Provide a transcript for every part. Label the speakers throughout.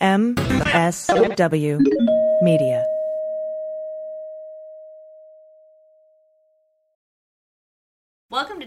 Speaker 1: MSW Media.
Speaker 2: Welcome to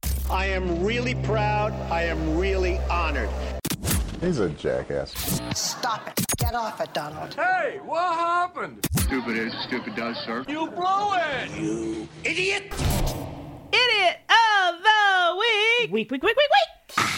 Speaker 3: I am really proud. I am really honored.
Speaker 4: He's a jackass.
Speaker 5: Stop it. Get off it, Donald.
Speaker 3: Hey, what happened?
Speaker 6: Stupid is, stupid does, sir.
Speaker 3: You blew it! You idiot!
Speaker 7: Idiot of the week.
Speaker 8: Week, week, week, week, week.
Speaker 7: Ah.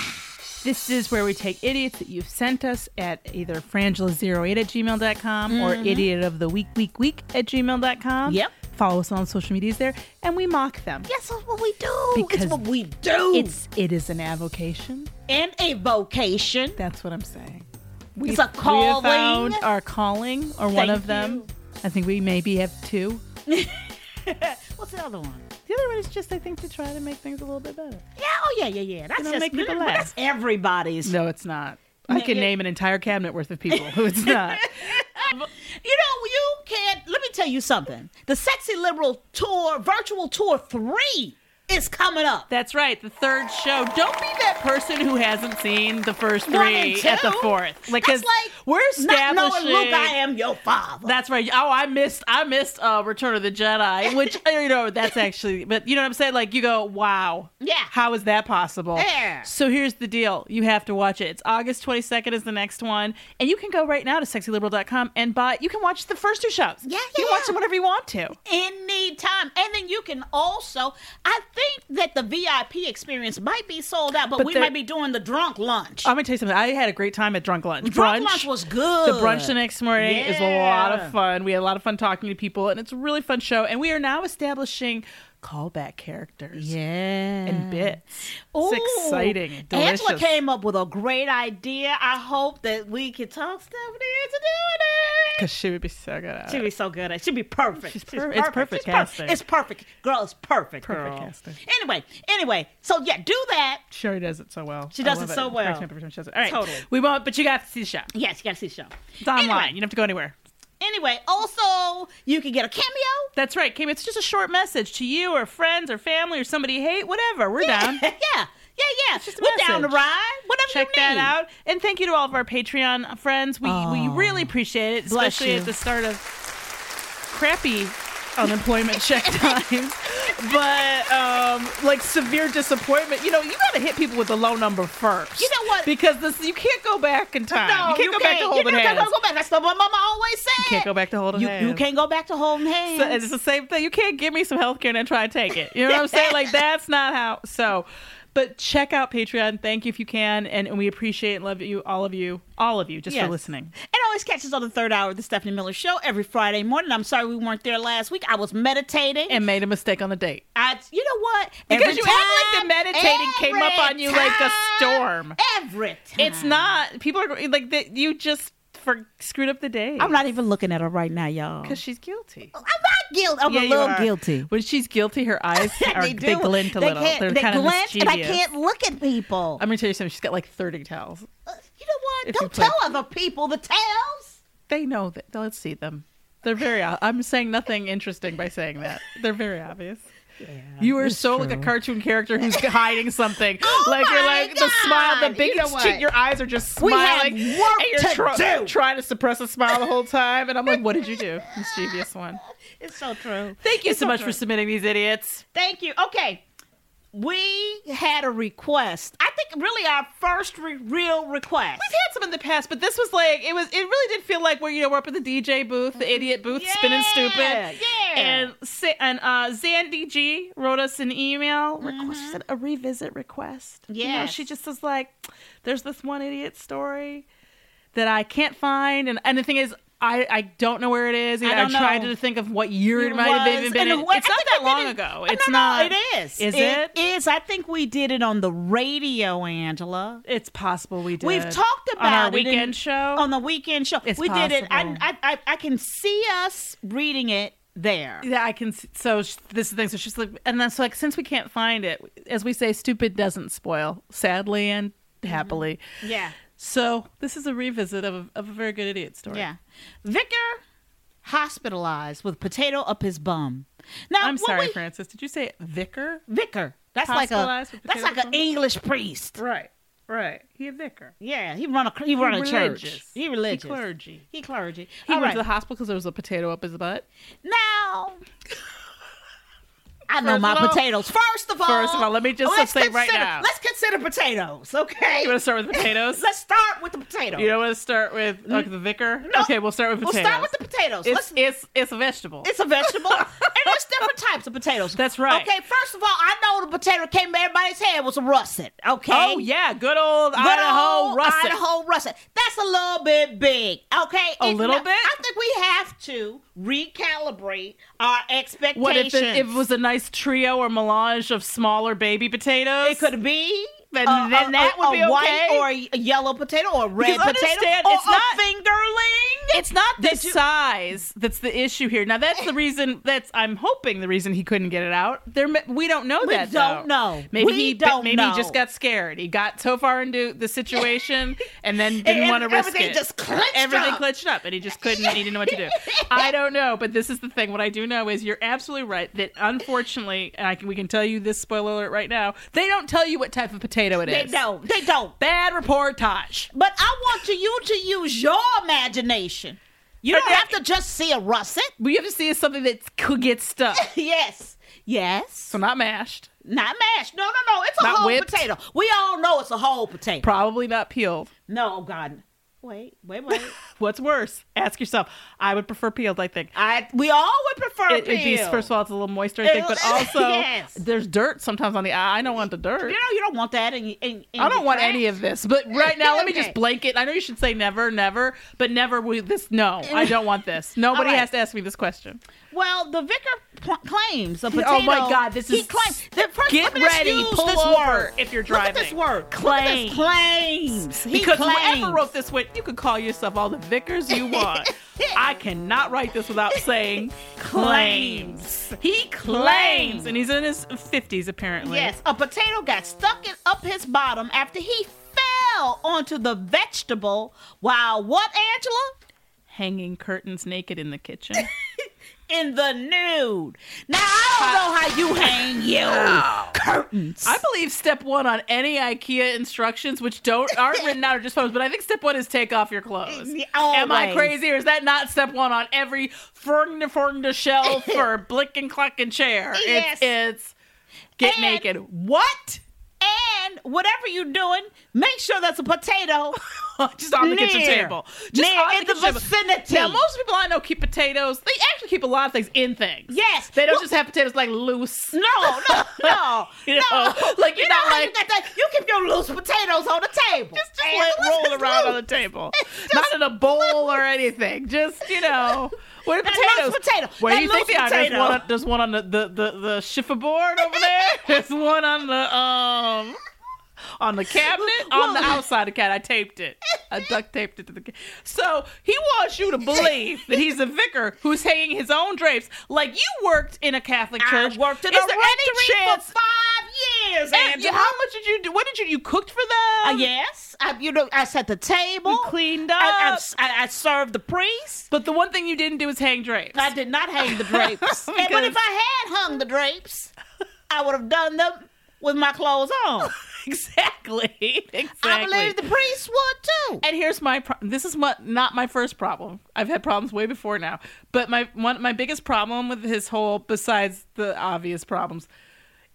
Speaker 7: This is where we take idiots that you've sent us at either frangela08 at gmail.com or idiot of the week, week, week at gmail.com.
Speaker 8: Mm-hmm. Yep.
Speaker 7: Follow us on social medias there and we mock them.
Speaker 8: Yes, that's what we do.
Speaker 7: Because
Speaker 8: it's what we do.
Speaker 7: It's it is an avocation.
Speaker 8: and a vocation.
Speaker 7: That's what I'm saying.
Speaker 8: It's a
Speaker 7: We have
Speaker 8: calling.
Speaker 7: found our calling or one
Speaker 8: Thank
Speaker 7: of them.
Speaker 8: you.
Speaker 7: I think we maybe have two.
Speaker 8: What's the other one?
Speaker 7: The other one is just I think to try to make things a little bit better.
Speaker 8: Yeah, oh yeah, yeah, yeah. That's
Speaker 7: know,
Speaker 8: just
Speaker 7: make people
Speaker 8: well, That's everybody's.
Speaker 7: No, it's not. I can name an entire cabinet worth of people who it's not.
Speaker 8: You know, you can't. Let me tell you something. The Sexy Liberal Tour, Virtual Tour 3 is coming up.
Speaker 7: That's right, the third show. Don't be that person who hasn't seen the first three
Speaker 8: One and two.
Speaker 7: at the fourth. Like, 'cause
Speaker 8: That's like
Speaker 7: we're establishing.
Speaker 8: Not knowing, Luke, I am your father.
Speaker 7: That's right. Oh, I missed. I missed uh, Return of the Jedi, which uh, you know that's actually. But you know what I'm saying? Like you go, wow.
Speaker 8: Yeah.
Speaker 7: How is that possible?
Speaker 8: Yeah.
Speaker 7: So here's the deal. You have to watch it. It's August 22nd is the next one, and you can go right now to sexyliberal.com and buy. You can watch the first two shows.
Speaker 8: Yeah, yeah,
Speaker 7: You can watch
Speaker 8: yeah.
Speaker 7: them whenever you want to.
Speaker 8: any time. And then you can also, I think that the VIP experience might be sold out, but,
Speaker 7: But
Speaker 8: we
Speaker 7: the-
Speaker 8: might be doing the drunk lunch.
Speaker 7: I'm gonna tell you something. I had a great time at Drunk Lunch.
Speaker 8: drunk
Speaker 7: brunch
Speaker 8: lunch was good.
Speaker 7: The brunch the next morning is a lot
Speaker 8: Yeah.
Speaker 7: of fun. We had a lot of fun talking to people, and it's a really fun show. And we are now establishing callback characters.
Speaker 8: Yeah.
Speaker 7: and bits. It's
Speaker 8: Ooh.
Speaker 7: exciting. and Delicious.
Speaker 8: Angela came up with a great idea. I hope that we can talk Stephanie into doing it.
Speaker 7: because she would be so good at
Speaker 8: She'd
Speaker 7: it.
Speaker 8: be so good at it. She'd be perfect.
Speaker 7: She's per- it's
Speaker 8: She's
Speaker 7: perfect
Speaker 8: per-
Speaker 7: casting.
Speaker 8: It's perfect. Girl, it's perfect.
Speaker 7: Perfect
Speaker 8: girl.
Speaker 7: casting.
Speaker 8: Anyway, anyway. So, yeah, do that.
Speaker 7: She already does it so well.
Speaker 8: She
Speaker 7: I
Speaker 8: does
Speaker 7: love
Speaker 8: it so
Speaker 7: It cracks
Speaker 8: well.
Speaker 7: me up every time she does it. All right,
Speaker 8: Totally.
Speaker 7: We won't, but you got to see the show.
Speaker 8: Yes, you got to see the show.
Speaker 7: It's online.
Speaker 8: Anyway.
Speaker 7: You don't have to go anywhere.
Speaker 8: Anyway, also, you can get a cameo.
Speaker 7: That's right, Kim. It's just a short message to you or friends or family or somebody you hate, whatever. We're down.
Speaker 8: yeah, yeah, yeah.
Speaker 7: just a
Speaker 8: We're down to
Speaker 7: message.
Speaker 8: ride. Whatever
Speaker 7: Check
Speaker 8: you
Speaker 7: that
Speaker 8: need.
Speaker 7: out. And thank you to all of our Patreon friends. We, we really appreciate it,
Speaker 8: Bless
Speaker 7: especially
Speaker 8: you.
Speaker 7: at the start of crappy unemployment check times. but um, like severe disappointment. You know, you gotta hit people with a low number first.
Speaker 8: You know what?
Speaker 7: Because this, you can't go back in time.
Speaker 8: No,
Speaker 7: you can't go back to holding
Speaker 8: you
Speaker 7: hands.
Speaker 8: can't go back. That's the what Mama always said.
Speaker 7: You can't go back to holding
Speaker 8: You- you
Speaker 7: hands.
Speaker 8: can't go back to holding hands.
Speaker 7: So it's the same thing. You can't give me some health care and then try to take it. You know what I'm saying? Like that's not how. So, but check out Patreon. Thank you if you can, and, and we appreciate and love you, all of you, all of you, just
Speaker 8: Yes.
Speaker 7: for listening.
Speaker 8: It always catches on the third hour of the Stephanie Miller Show every Friday morning. I'm sorry we weren't there last week. I was meditating
Speaker 7: and made a mistake on the date.
Speaker 8: I, you know what?
Speaker 7: Because
Speaker 8: Every
Speaker 7: you act like the
Speaker 8: time-
Speaker 7: meditating came up
Speaker 8: every
Speaker 7: on you like a
Speaker 8: time-
Speaker 7: storm.
Speaker 8: Every time.
Speaker 7: It's not. People are going- like that. You just for screwed up the day.
Speaker 8: I'm not even looking at her right now, y'all.
Speaker 7: because she's guilty.
Speaker 8: I'm not guilty. I'm
Speaker 7: Yeah,
Speaker 8: a
Speaker 7: you
Speaker 8: little
Speaker 7: are.
Speaker 8: guilty.
Speaker 7: When she's guilty, her eyes are
Speaker 8: they
Speaker 7: they,
Speaker 8: do.
Speaker 7: glint a
Speaker 8: they
Speaker 7: little.
Speaker 8: Can't,
Speaker 7: They're
Speaker 8: they
Speaker 7: kind of
Speaker 8: glint, and I
Speaker 7: mischievous.
Speaker 8: can't look at people. Uh,
Speaker 7: I'm gonna tell you something. She's got like 30 towels.
Speaker 8: You know what?
Speaker 7: If you
Speaker 8: Don't
Speaker 7: play-
Speaker 8: tell other people the tales.
Speaker 7: They know that. Let's see them. They're very. o- I'm saying nothing interesting by saying that. They're very obvious. you are
Speaker 9: it's
Speaker 7: so like a
Speaker 9: true.
Speaker 7: cartoon character who's hiding something. like you're
Speaker 8: Oh my
Speaker 7: like the smile,
Speaker 8: God!
Speaker 7: the big
Speaker 8: You know
Speaker 7: cheek.
Speaker 8: what?
Speaker 7: Your eyes are just
Speaker 8: We have
Speaker 7: smiling.
Speaker 8: work
Speaker 7: and you're
Speaker 8: to do.
Speaker 7: trying to suppress a smile the whole time. And I'm like, what did you do, mischievous one?
Speaker 8: It's so true.
Speaker 7: Thank you
Speaker 8: It's
Speaker 7: so
Speaker 8: so
Speaker 7: much
Speaker 8: true.
Speaker 7: for submitting these idiots.
Speaker 8: Thank you. Okay. We had a request. I think really our first re- real request.
Speaker 7: We've had some in the past, but this was like it was. It really did feel like we're you know we're up at the DJ booth, the idiot booth, spinning stupid.
Speaker 8: Yeah, yeah.
Speaker 7: And Sa- and uh, Zandy G wrote us an email request. She said a revisit request. You
Speaker 8: Mm-hmm.
Speaker 7: know,
Speaker 8: Yes.
Speaker 7: she just was like, "There's this one idiot story that I can't find," and and the thing is. I, I don't know where it is.
Speaker 8: I
Speaker 7: I,
Speaker 8: don't
Speaker 7: tried
Speaker 8: know.
Speaker 7: to think of what year it might
Speaker 8: was,
Speaker 7: have even been.
Speaker 8: and
Speaker 7: in.
Speaker 8: what-
Speaker 7: it's
Speaker 8: I
Speaker 7: not
Speaker 8: think
Speaker 7: that
Speaker 8: we
Speaker 7: long
Speaker 8: did it-
Speaker 7: ago.
Speaker 8: No,
Speaker 7: It's
Speaker 8: no, no,
Speaker 7: not.
Speaker 8: It is.
Speaker 7: Is
Speaker 8: It is. I think we did it on the radio, Angela.
Speaker 7: It's possible we did.
Speaker 8: We've talked about
Speaker 7: on our
Speaker 8: it in-
Speaker 7: weekend show.
Speaker 8: On the weekend show,
Speaker 7: It's
Speaker 8: we did it. I,
Speaker 7: possible.
Speaker 8: I I I can see us reading it there.
Speaker 7: Yeah, I can. s- So sh- this is the thing. So she's like, and that's like, since we can't find it, as we say, stupid doesn't spoil, sadly and Mm-hmm. happily.
Speaker 8: Yeah.
Speaker 7: So this is a revisit of a, of a very good idiot story.
Speaker 8: Yeah. Vicar hospitalized with potato up his bum. Now
Speaker 7: I'm
Speaker 8: what
Speaker 7: sorry,
Speaker 8: we-
Speaker 7: Francis. Did you say vicar?
Speaker 8: vicar. That's like a
Speaker 7: Hospitalized with
Speaker 8: that's
Speaker 7: potato
Speaker 8: like an
Speaker 7: bum?
Speaker 8: English priest.
Speaker 7: Right. Right. He a vicar.
Speaker 8: Yeah, he run a he run a church.
Speaker 7: religious.
Speaker 8: He religious.
Speaker 7: He clergy.
Speaker 8: He clergy.
Speaker 7: He
Speaker 8: All
Speaker 7: went
Speaker 8: right.
Speaker 7: to the hospital because there was a potato up his butt.
Speaker 8: now. I know
Speaker 7: First
Speaker 8: my
Speaker 7: of all-
Speaker 8: potatoes. First of all,
Speaker 7: First of all, let me just
Speaker 8: let's
Speaker 7: say right
Speaker 8: consider-
Speaker 7: now.
Speaker 8: Let's consider potatoes, okay?
Speaker 7: You want to start with potatoes?
Speaker 8: Let's start with the potatoes.
Speaker 7: you don't want to start with like the vicar?
Speaker 8: No.
Speaker 7: Okay, we'll start with
Speaker 8: We'll
Speaker 7: potatoes.
Speaker 8: start with the potatoes.
Speaker 7: It's,
Speaker 8: Let's-
Speaker 7: it's, it's a vegetable.
Speaker 8: It's a vegetable, and there's different types of potatoes.
Speaker 7: That's right.
Speaker 8: Okay, first of all, I know the potato came to everybody's head was a russet. Okay.
Speaker 7: Oh yeah, good old
Speaker 8: Good
Speaker 7: Idaho
Speaker 8: old
Speaker 7: russet.
Speaker 8: Idaho russet. That's a little bit big. Okay.
Speaker 7: A
Speaker 8: It's
Speaker 7: little
Speaker 8: not-
Speaker 7: bit?
Speaker 8: I think we have to recalibrate our expectations.
Speaker 7: What if it, if it was a nice trio or melange of smaller baby potatoes?
Speaker 8: It could be.
Speaker 7: Then-
Speaker 8: a-
Speaker 7: then
Speaker 8: a-
Speaker 7: that
Speaker 8: a-
Speaker 7: would
Speaker 8: a
Speaker 7: be
Speaker 8: white
Speaker 7: okay.
Speaker 8: or a yellow potato or a red
Speaker 7: Because
Speaker 8: potato
Speaker 7: understand,
Speaker 8: or
Speaker 7: it's
Speaker 8: a
Speaker 7: not-
Speaker 8: fingerling.
Speaker 7: It's not the
Speaker 8: Did you-
Speaker 7: size that's the issue here. Now that's the reason. That's I'm hoping the reason he couldn't get it out. There, ma- we don't know
Speaker 8: We
Speaker 7: that.
Speaker 8: don't
Speaker 7: though.
Speaker 8: know.
Speaker 7: Maybe
Speaker 8: We
Speaker 7: he
Speaker 8: don't
Speaker 7: maybe he just
Speaker 8: know.
Speaker 7: got scared. He got so far into the situation and then didn't
Speaker 8: and
Speaker 7: want to risk
Speaker 8: everything
Speaker 7: it.
Speaker 8: just clenched
Speaker 7: everything
Speaker 8: up.
Speaker 7: clenched up, and he just couldn't. He didn't know what to do. I don't know, but this is the thing. What I do know is you're absolutely right that unfortunately, and I can, we can tell you this spoiler alert right now. They don't tell you what type of potato it is.
Speaker 8: They don't. They don't.
Speaker 7: Bad reportage.
Speaker 8: But I want to, you to use your imagination. You
Speaker 7: But
Speaker 8: don't
Speaker 7: that-
Speaker 8: have to just see a russet.
Speaker 7: What you have to see is something that could get stuck.
Speaker 8: Yes. Yes.
Speaker 7: So not mashed,
Speaker 8: Not mashed. No, no, no. It's a
Speaker 7: Not
Speaker 8: whole
Speaker 7: whipped?
Speaker 8: potato. We all know it's a whole potato.
Speaker 7: probably not peeled.
Speaker 8: no, oh, God. Wait, wait, wait.
Speaker 7: What's worse? Ask yourself. I would prefer peeled. I think.
Speaker 8: I we all would prefer
Speaker 7: It, it'd be,
Speaker 8: peeled.
Speaker 7: first of all, it's a little moister, I think, but
Speaker 8: It'll-
Speaker 7: also
Speaker 8: Yes.
Speaker 7: there's dirt sometimes on the eye. I don't want the dirt.
Speaker 8: You know, you don't want that. In, in, in
Speaker 7: I don't
Speaker 8: your
Speaker 7: want
Speaker 8: trash.
Speaker 7: any of this. But right now, let me
Speaker 8: Okay.
Speaker 7: just blanket. I know you should say never, never, but never with this. No, I don't want this. Nobody
Speaker 8: right.
Speaker 7: has to ask me this question.
Speaker 8: Well, the vicar pl- claims a potato.
Speaker 7: Oh my God, this
Speaker 8: he
Speaker 7: is-
Speaker 8: claims. The first,
Speaker 7: Get
Speaker 8: let me just
Speaker 7: ready,
Speaker 8: use
Speaker 7: pull
Speaker 8: this
Speaker 7: over
Speaker 8: word.
Speaker 7: if you're
Speaker 8: Look at this
Speaker 7: driving.
Speaker 8: word.
Speaker 7: Claims.
Speaker 8: Look at this claims. He
Speaker 7: because
Speaker 8: claims.
Speaker 7: whoever wrote this went, you could call yourself all the vicars you want. I cannot write this without saying claims. He claims, and he's in his fifties apparently.
Speaker 8: Yes, a potato got stuck in, up his bottom after he fell onto the vegetable. While what, Angela?
Speaker 7: hanging curtains naked in the kitchen.
Speaker 8: in the nude. Now I don't know how you hang you. curtains.
Speaker 7: I believe step one on any IKEA instructions, which don't aren't written out or just phones, but I think step one is take off your clothes. Am I
Speaker 8: always.
Speaker 7: crazy or is that not step one on every furniture furniture shelf or blick and clock and chair?
Speaker 8: Yes.
Speaker 7: It's, it's get naked. What?
Speaker 8: And whatever you're doing, make sure that's a potato.
Speaker 7: Just on the kitchen table. Just
Speaker 8: near,
Speaker 7: on
Speaker 8: in
Speaker 7: the
Speaker 8: the,
Speaker 7: kitchen table.
Speaker 8: vicinity.
Speaker 7: Now, most people I know keep potatoes. They actually keep a lot of things in things.
Speaker 8: Yes.
Speaker 7: They don't
Speaker 8: Well-
Speaker 7: just have potatoes like loose.
Speaker 8: No, no, no,
Speaker 7: You know,
Speaker 8: no.
Speaker 7: like you're
Speaker 8: you know
Speaker 7: not
Speaker 8: how
Speaker 7: like-
Speaker 8: you, got that? you keep your loose potatoes on the table. Just,
Speaker 7: just let it roll around on the table, not in a bowl or anything. Just you know, where the
Speaker 8: That
Speaker 7: potatoes?
Speaker 8: loose potato.
Speaker 7: Where
Speaker 8: That
Speaker 7: do you think
Speaker 8: loose
Speaker 7: they are? There's
Speaker 8: potato.
Speaker 7: one, on- there's one on the the the, the shiffer board over there. There's one on the um. On the cabinet, on the outside of the cat, I taped it. I duct taped it to the cat. So he wants you to believe that he's a vicar who's hanging his own drapes, like you worked in a Catholic church.
Speaker 8: worked in
Speaker 7: Is
Speaker 8: a
Speaker 7: there
Speaker 8: rectory
Speaker 7: any
Speaker 8: for
Speaker 7: chance?
Speaker 8: five years.
Speaker 7: And
Speaker 8: Angela.
Speaker 7: how much did you do? What did you? You cooked for
Speaker 8: Uh,
Speaker 7: them?
Speaker 8: yes, I, you know, I set the table,
Speaker 7: cleaned
Speaker 8: I,
Speaker 7: up.
Speaker 8: I, I, I served the priest.
Speaker 7: But the one thing you didn't do is hang drapes.
Speaker 8: I did not hang the drapes. And- but if
Speaker 7: Because-
Speaker 8: I had hung the drapes, I would have done them with my clothes on.
Speaker 7: exactly. Exactly.
Speaker 8: I believe the priest would too.
Speaker 7: and here's my pro- this is my, not my first problem. I've had problems way before now, but my one my biggest problem with his whole besides the obvious problems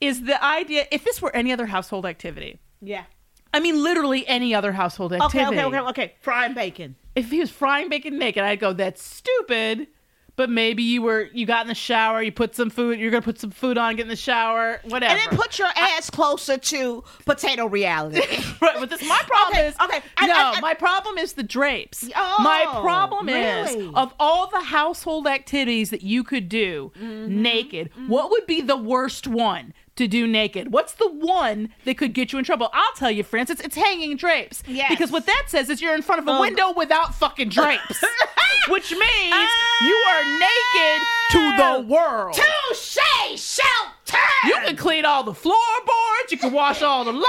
Speaker 7: is the idea if this were any other household activity.
Speaker 8: Yeah.
Speaker 7: I mean literally any other household
Speaker 8: Okay,
Speaker 7: activity.
Speaker 8: okay, okay, okay. Frying bacon.
Speaker 7: if he was frying bacon naked, I'd go, that's stupid. But maybe you were you got in the shower, you put some food, you're gonna put some food on, get in the shower, whatever.
Speaker 8: And then put your ass closer to potato reality.
Speaker 7: Right, but this my problem
Speaker 8: Okay,
Speaker 7: is
Speaker 8: okay. I-
Speaker 7: no,
Speaker 8: I- I-
Speaker 7: my problem is the drapes.
Speaker 8: Oh,
Speaker 7: my problem
Speaker 8: really?
Speaker 7: is of all the household activities that you could do
Speaker 8: Mm-hmm.
Speaker 7: naked, what would be the worst one to do naked? What's the one that could get you in trouble? I'll tell you, Francis, it's hanging drapes.
Speaker 8: Yes.
Speaker 7: Because what that says is you're in front of a
Speaker 8: Oh.
Speaker 7: window without fucking drapes, which means
Speaker 8: Ah.
Speaker 7: you are naked to the world.
Speaker 8: Touche, shelter.
Speaker 7: You can clean all the floorboards. You can wash all the laundry.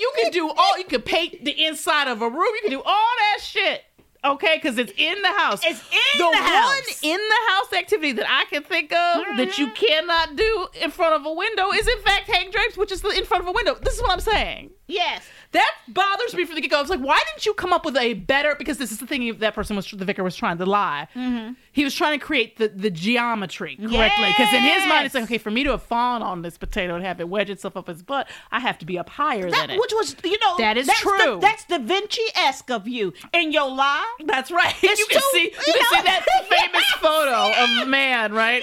Speaker 7: You can do all. You can paint the inside of a room. You can do all that shit. Okay, because it's in the house.
Speaker 8: It's in
Speaker 7: the
Speaker 8: the house. Mm-hmm.
Speaker 7: one in the house activity that I can think of that you cannot do in front of a window is in fact hang drapes, which is in front of a window. This is what I'm saying.
Speaker 8: Yes.
Speaker 7: That bothers me from the get go. I was like, why didn't you come up with a better? Because this is the thing that person was, the vicar was trying to lie.
Speaker 8: Mm-hmm.
Speaker 7: He was trying to create the, the geometry correctly. Because in his mind, it's like,
Speaker 8: Yes.
Speaker 7: okay, for me to have fallen on this potato and have it wedge itself up his butt, I have to be up higher
Speaker 8: That,
Speaker 7: than it.
Speaker 8: which was, you know,
Speaker 7: That is
Speaker 8: that's
Speaker 7: true.
Speaker 8: The, that's Da Vinci esque of you in your lie.
Speaker 7: That's right. you can
Speaker 8: too-
Speaker 7: see you
Speaker 8: you
Speaker 7: can
Speaker 8: know?
Speaker 7: see that famous
Speaker 8: Yes.
Speaker 7: photo of man, right?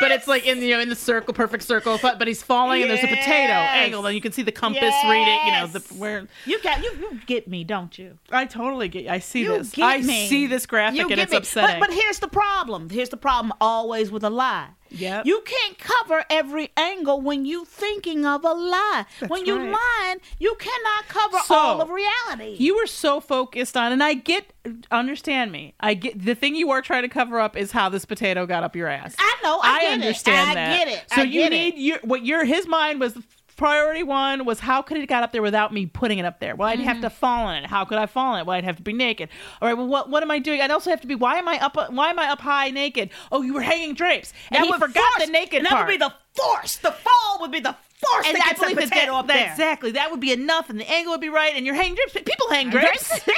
Speaker 7: But it's like in you know in the circle, perfect circle, but, but he's falling and there's a potato
Speaker 8: Yes.
Speaker 7: angle, and you can see the compass read it, you know, the
Speaker 8: Yes.
Speaker 7: where
Speaker 8: You got you, you get me, don't you?
Speaker 7: I totally get. I see
Speaker 8: You
Speaker 7: this.
Speaker 8: get
Speaker 7: I
Speaker 8: me.
Speaker 7: see this graphic,
Speaker 8: You
Speaker 7: and
Speaker 8: get
Speaker 7: it's
Speaker 8: me.
Speaker 7: upsetting.
Speaker 8: But, but here's the problem. Here's the problem. Always with a lie.
Speaker 7: Yep.
Speaker 8: You can't cover every angle when you thinking of a lie. when you
Speaker 7: right.
Speaker 8: lying, you cannot cover
Speaker 7: So,
Speaker 8: all of reality.
Speaker 7: you were so focused on, and I get, understand me. I get the thing you are trying to cover up is how this potato got up your ass.
Speaker 8: I know. I, get it.
Speaker 7: understand
Speaker 8: I
Speaker 7: that.
Speaker 8: get it.
Speaker 7: So
Speaker 8: I
Speaker 7: you
Speaker 8: get
Speaker 7: need
Speaker 8: it.
Speaker 7: your what your his mind was priority one was how could it got up there without me putting it up there? Well, I'd have
Speaker 8: Mm-hmm.
Speaker 7: to fall in it. How could I fall in it? Well, I'd have to be naked. All right. Well, what what am I doing? I'd also have to be. Why am I up? Why am I up high naked? Oh, you were hanging drapes, and
Speaker 8: That
Speaker 7: he
Speaker 8: would
Speaker 7: forgot
Speaker 8: force-
Speaker 7: the naked
Speaker 8: and
Speaker 7: part.
Speaker 8: That would be the force. The fall would be the force.
Speaker 7: and
Speaker 8: that
Speaker 7: I
Speaker 8: gets the
Speaker 7: believe that, that,
Speaker 8: potato up
Speaker 7: that-
Speaker 8: there.
Speaker 7: exactly that would be enough, and the angle would be right, and you're hanging drapes. People hang drapes.
Speaker 8: yeah,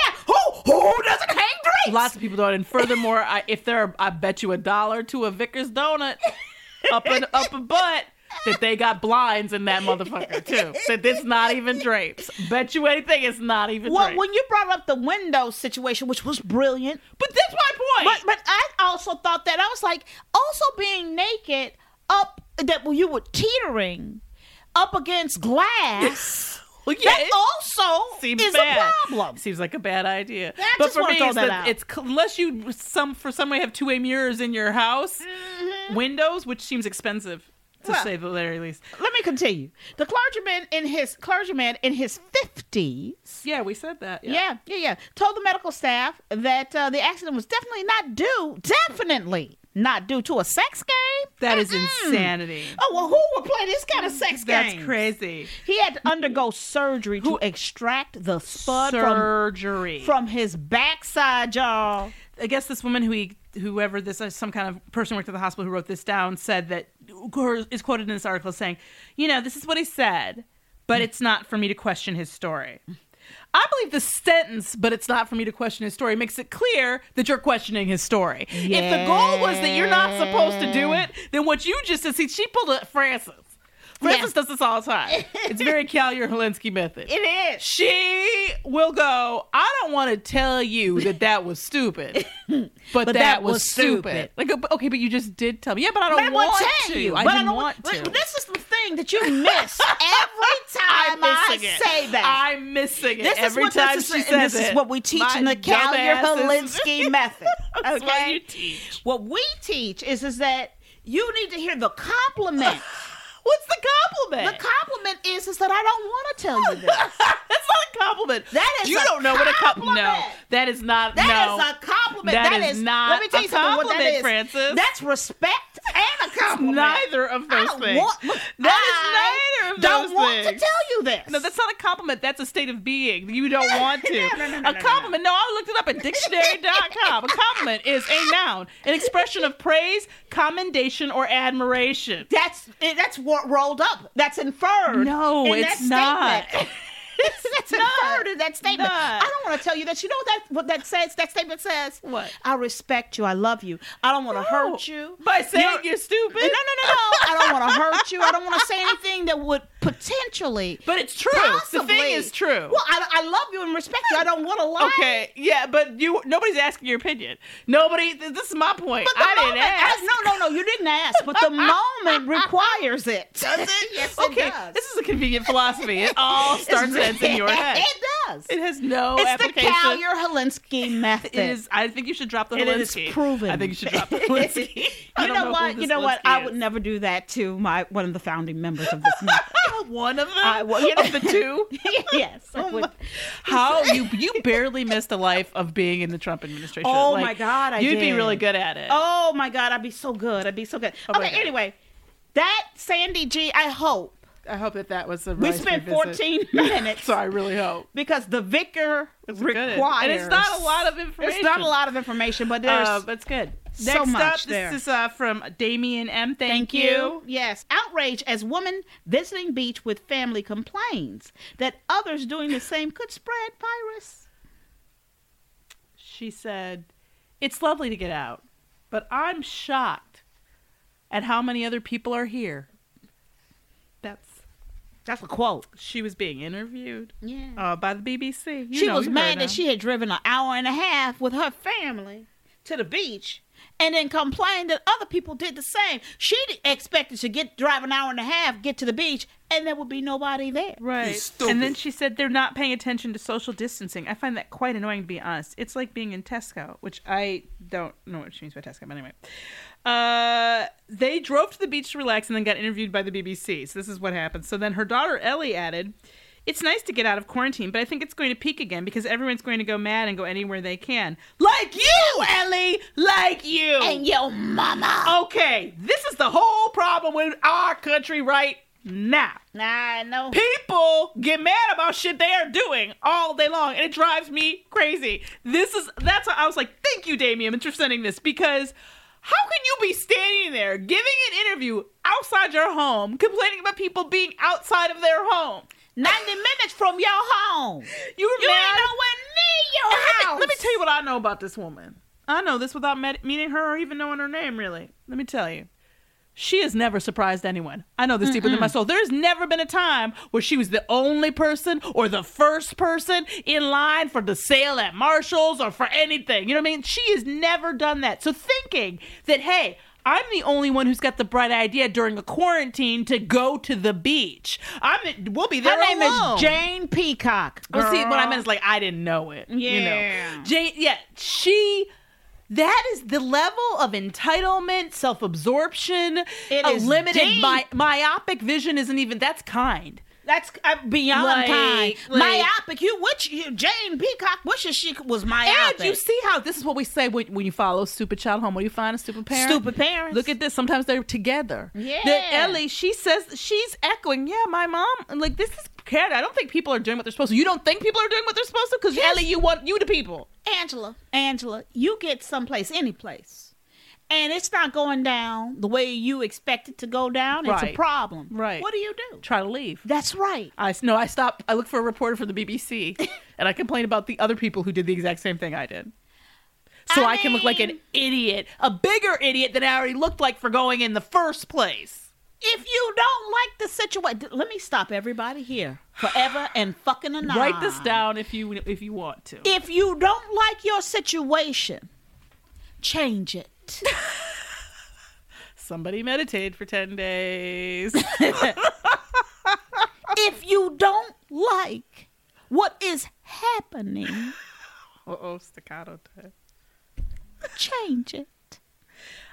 Speaker 8: yeah. Who who doesn't hang grapes?
Speaker 7: Lots of people don't. And furthermore, I, if there, are, I bet you a dollar to a Vickers donut up and up a butt that they got blinds in that motherfucker too. That it's not even drapes. Bet you anything, it's not even
Speaker 8: well,
Speaker 7: drapes.
Speaker 8: when you brought up the window situation, which was brilliant,
Speaker 7: but that's
Speaker 8: but
Speaker 7: my point.
Speaker 8: but I also thought that I was like also being naked up that when you were teetering up against glass.
Speaker 7: Well, yeah,
Speaker 8: That
Speaker 7: it-
Speaker 8: also
Speaker 7: seems
Speaker 8: is
Speaker 7: bad.
Speaker 8: a problem.
Speaker 7: Seems like a bad idea.
Speaker 8: I
Speaker 7: but
Speaker 8: just
Speaker 7: for
Speaker 8: wanna
Speaker 7: me,
Speaker 8: throw
Speaker 7: it's,
Speaker 8: that
Speaker 7: the-
Speaker 8: out.
Speaker 7: it's c- unless you some for some way have two way mirrors in your house, windows, which seems expensive to
Speaker 8: Mm-hmm. Well,
Speaker 7: say the very least.
Speaker 8: Let me continue. The clergyman in his clergyman in his fifties.
Speaker 7: Yeah, we said that.
Speaker 8: Yeah, yeah, yeah. Told the medical staff that uh, the accident was definitely not due, definitely not due to a sex game.
Speaker 7: that is
Speaker 8: Mm-mm.
Speaker 7: insanity.
Speaker 8: Oh well, who would play this kind of sex
Speaker 7: That's
Speaker 8: game?
Speaker 7: crazy.
Speaker 8: He had to undergo surgery to extract the spud from
Speaker 7: surgery
Speaker 8: from his backside, y'all.
Speaker 7: I guess this woman who he, whoever this, uh, some kind of person worked at the hospital who wrote this down said that her- is quoted in this article as saying, you know, this is what he said, but it's not for me to question his story. I believe the sentence, but it's not for me to question his story, makes it clear that you're questioning his story. If the goal was that you're not supposed to do it, then what you just did, see, she pulled a Francis. Francis does this all the time. It's very Calyer Holinsky method.
Speaker 8: It is.
Speaker 7: She will go, I don't want to tell you that that was stupid, but, that, was stupid. Like, okay, but you just did tell me. Yeah, but I don't
Speaker 8: But I won't
Speaker 7: want
Speaker 8: tell
Speaker 7: to.
Speaker 8: you.
Speaker 7: I
Speaker 8: But I
Speaker 7: didn't
Speaker 8: don't-
Speaker 7: want to.
Speaker 8: but this is the thing that you miss every time I
Speaker 7: missing it.
Speaker 8: say that.
Speaker 7: I'm missing it
Speaker 8: This is
Speaker 7: every
Speaker 8: what
Speaker 7: time
Speaker 8: this
Speaker 7: she
Speaker 8: is,
Speaker 7: says
Speaker 8: and this
Speaker 7: it.
Speaker 8: is what we teach
Speaker 7: My
Speaker 8: in the
Speaker 7: dumb
Speaker 8: Calyer
Speaker 7: ass is-
Speaker 8: Holinsky method. Okay,
Speaker 7: That's what you teach.
Speaker 8: what we teach is is that you need to hear the compliment.
Speaker 7: What's the compliment?
Speaker 8: The compliment is is that I don't want to tell you this. That's
Speaker 7: not a compliment.
Speaker 8: That is
Speaker 7: you
Speaker 8: a
Speaker 7: don't know what a compliment. No, that is not.
Speaker 8: That
Speaker 7: no.
Speaker 8: is a compliment.
Speaker 7: That
Speaker 8: that
Speaker 7: is
Speaker 8: is,
Speaker 7: not
Speaker 8: Let me tell you
Speaker 7: a
Speaker 8: something. What that
Speaker 7: compliment,
Speaker 8: is,
Speaker 7: Francis.
Speaker 8: That's respect and a compliment.
Speaker 7: neither of those
Speaker 8: I
Speaker 7: things.
Speaker 8: Want, look,
Speaker 7: That is
Speaker 8: I
Speaker 7: neither of
Speaker 8: don't
Speaker 7: those
Speaker 8: want
Speaker 7: things.
Speaker 8: to tell you this.
Speaker 7: No, that's not a compliment. That's a state of being. You don't want to.
Speaker 8: No, no, no, no,
Speaker 7: a
Speaker 8: no,
Speaker 7: compliment. No, I looked it up at dictionary.com. A compliment is a noun, an expression of praise, commendation, or admiration.
Speaker 8: That's eh, that's what rolled up. That's inferred.
Speaker 7: No,
Speaker 8: in that
Speaker 7: it's not.
Speaker 8: statement. that's inferred in that statement.
Speaker 7: not.
Speaker 8: I don't want to tell you that. You know what that what that says. That statement says
Speaker 7: What?
Speaker 8: I respect you. I love you. I don't want to hurt you.
Speaker 7: By saying you're,
Speaker 8: You're-
Speaker 7: stupid.
Speaker 8: No, no, no, no. I don't want to hurt you. I don't want to say anything that would potentially.
Speaker 7: But it's true. The
Speaker 8: possibly-
Speaker 7: thing is true.
Speaker 8: Well, I, I love you and respect you. I don't want to lie.
Speaker 7: Okay, yeah, but you nobody's asking your opinion. Nobody. th- This is my point.
Speaker 8: But the
Speaker 7: I
Speaker 8: moment,
Speaker 7: didn't ask.
Speaker 8: I- no, no, no. You didn't ask, but the moment requires it. Does it? Yes, it
Speaker 7: okay,
Speaker 8: does.
Speaker 7: this is a convenient philosophy. It all
Speaker 8: It's
Speaker 7: starts and
Speaker 8: re-
Speaker 7: ends in your head.
Speaker 8: It does.
Speaker 7: It has no
Speaker 8: it's the
Speaker 7: application.
Speaker 8: Calyer Holinsky method.
Speaker 7: It is. I think you should drop the
Speaker 8: And it is
Speaker 7: Helinski.
Speaker 8: proven.
Speaker 7: I think you should drop the Helinski. I
Speaker 8: You
Speaker 7: don't
Speaker 8: know,
Speaker 7: who
Speaker 8: what?
Speaker 7: this
Speaker 8: You know what?
Speaker 7: Helinski
Speaker 8: I
Speaker 7: is.
Speaker 8: would never do that to my one of the founding members of this method.
Speaker 7: One of them.
Speaker 8: I would- you know-
Speaker 7: of the two. Oh
Speaker 8: yes. I would.
Speaker 7: How you you barely missed a life of being in the Trump administration.
Speaker 8: Oh
Speaker 7: Like,
Speaker 8: my God, I
Speaker 7: you'd be
Speaker 8: did.
Speaker 7: really good at it. Oh
Speaker 8: Oh my God, I'd be so good. I'd be so good.
Speaker 7: my
Speaker 8: okay,
Speaker 7: God.
Speaker 8: anyway, that Sandy G, I hope
Speaker 7: I hope that that was a.
Speaker 8: we
Speaker 7: nice
Speaker 8: spent
Speaker 7: revisit.
Speaker 8: 14 minutes
Speaker 7: So I really hope.
Speaker 8: because the vicar
Speaker 7: good.
Speaker 8: requires.
Speaker 7: And it's not a lot of information.
Speaker 8: It's not a lot of information, but there's
Speaker 7: Uh, but it's good.
Speaker 8: so
Speaker 7: Next
Speaker 8: much
Speaker 7: up, this
Speaker 8: there.
Speaker 7: is uh, from Damien M. Thank,
Speaker 8: Thank you. Yes. Outrage as woman visiting beach with family complains that others doing the same could spread virus.
Speaker 7: She said, "It's lovely to get out, but I'm shocked at how many other people are here." That's
Speaker 8: That's a quote.
Speaker 7: she was being interviewed
Speaker 8: Yeah.
Speaker 7: uh, by the BBC. You
Speaker 8: she
Speaker 7: know,
Speaker 8: was
Speaker 7: you heard
Speaker 8: mad
Speaker 7: them.
Speaker 8: that she had driven an hour and a half with her family to the beach and then complained that other people did the same. She d- expected to get drive an hour and a half, get to the beach, and there would be nobody there.
Speaker 7: Right. And then she said they're not paying attention to social distancing. I find that quite annoying to be honest. It's like being in Tesco, which I don't know what she means by Tesco, but anyway. Uh, they drove to the beach to relax and then got interviewed by the BBC. So this is what happened. So then her daughter Ellie added, "It's nice to get out of quarantine, but I think it's going to peak again because everyone's going to go mad and go anywhere they can." Like you, Ellie, like you.
Speaker 8: And yo mama.
Speaker 7: okay, this is the whole problem with our country right now
Speaker 8: Nah, I know.
Speaker 7: people get mad about shit they are doing all day long and it drives me crazy this is that's why i was like thank you damien for sending this because how can you be standing there giving an interview outside your home complaining about people being outside of their home
Speaker 8: 90 minutes from your home.
Speaker 7: you, were
Speaker 8: You
Speaker 7: mad.
Speaker 8: ain't nowhere near
Speaker 7: And
Speaker 8: your
Speaker 7: let,
Speaker 8: house.
Speaker 7: me, let me tell you what i know about this woman i know this without met, meeting her or even knowing her name really let me tell you she has never surprised anyone. I know this deep within my soul. There's never been a time where she was the only person or the first person in line for the sale at Marshall's or for anything. You know what I mean? She has never done that. So thinking that, hey, I'm the only one who's got the bright idea during a quarantine to go to the beach. I'm. The, we'll be there.
Speaker 8: Her name
Speaker 7: alone.
Speaker 8: is Jane Peacock.
Speaker 7: Well, see, what I
Speaker 8: girl.
Speaker 7: meant is like I didn't know it. You know.
Speaker 8: Yeah.
Speaker 7: Jane, yeah, she. That is the level of entitlement, self-absorption,
Speaker 8: It
Speaker 7: a
Speaker 8: is
Speaker 7: limited
Speaker 8: deep.
Speaker 7: my, myopic vision isn't even that's kind.
Speaker 8: That's uh, beyond
Speaker 7: Like-
Speaker 8: kind.
Speaker 7: like-
Speaker 8: myopic. You which you, Jane Peacock wishes she was myopic.
Speaker 7: And you see how this is what we say when, when you follow stupid child home, when you find a stupid parent.
Speaker 8: Stupid parents.
Speaker 7: Look at this. Sometimes they're together.
Speaker 8: Yeah.
Speaker 7: That Ellie, she says she's echoing. Yeah, my mom. and, Like this is Canada. I don't think people are doing what they're supposed to. You don't think people are doing what they're supposed to because Ellie, you want you the people.
Speaker 8: Angela, Angela, you get someplace, any place, and it's not going down the way you expect it to go down. It's a
Speaker 7: Right.
Speaker 8: problem.
Speaker 7: Right.
Speaker 8: What do you do?
Speaker 7: Try to leave.
Speaker 8: That's right.
Speaker 7: I no, I stopped. I looked for a reporter for the BBC, and I complained about the other people who did the exact same thing I did. So I, can look like an idiot, a bigger idiot than I already looked like for going in the first place.
Speaker 8: If you don't like the situation, let me stop everybody here forever and fucking anon.
Speaker 7: Write this down if you if you want to.
Speaker 8: If you don't like your situation, change it.
Speaker 7: Somebody meditate for ten days.
Speaker 8: if you don't like what is happening,
Speaker 7: oh, staccato time.
Speaker 8: change it.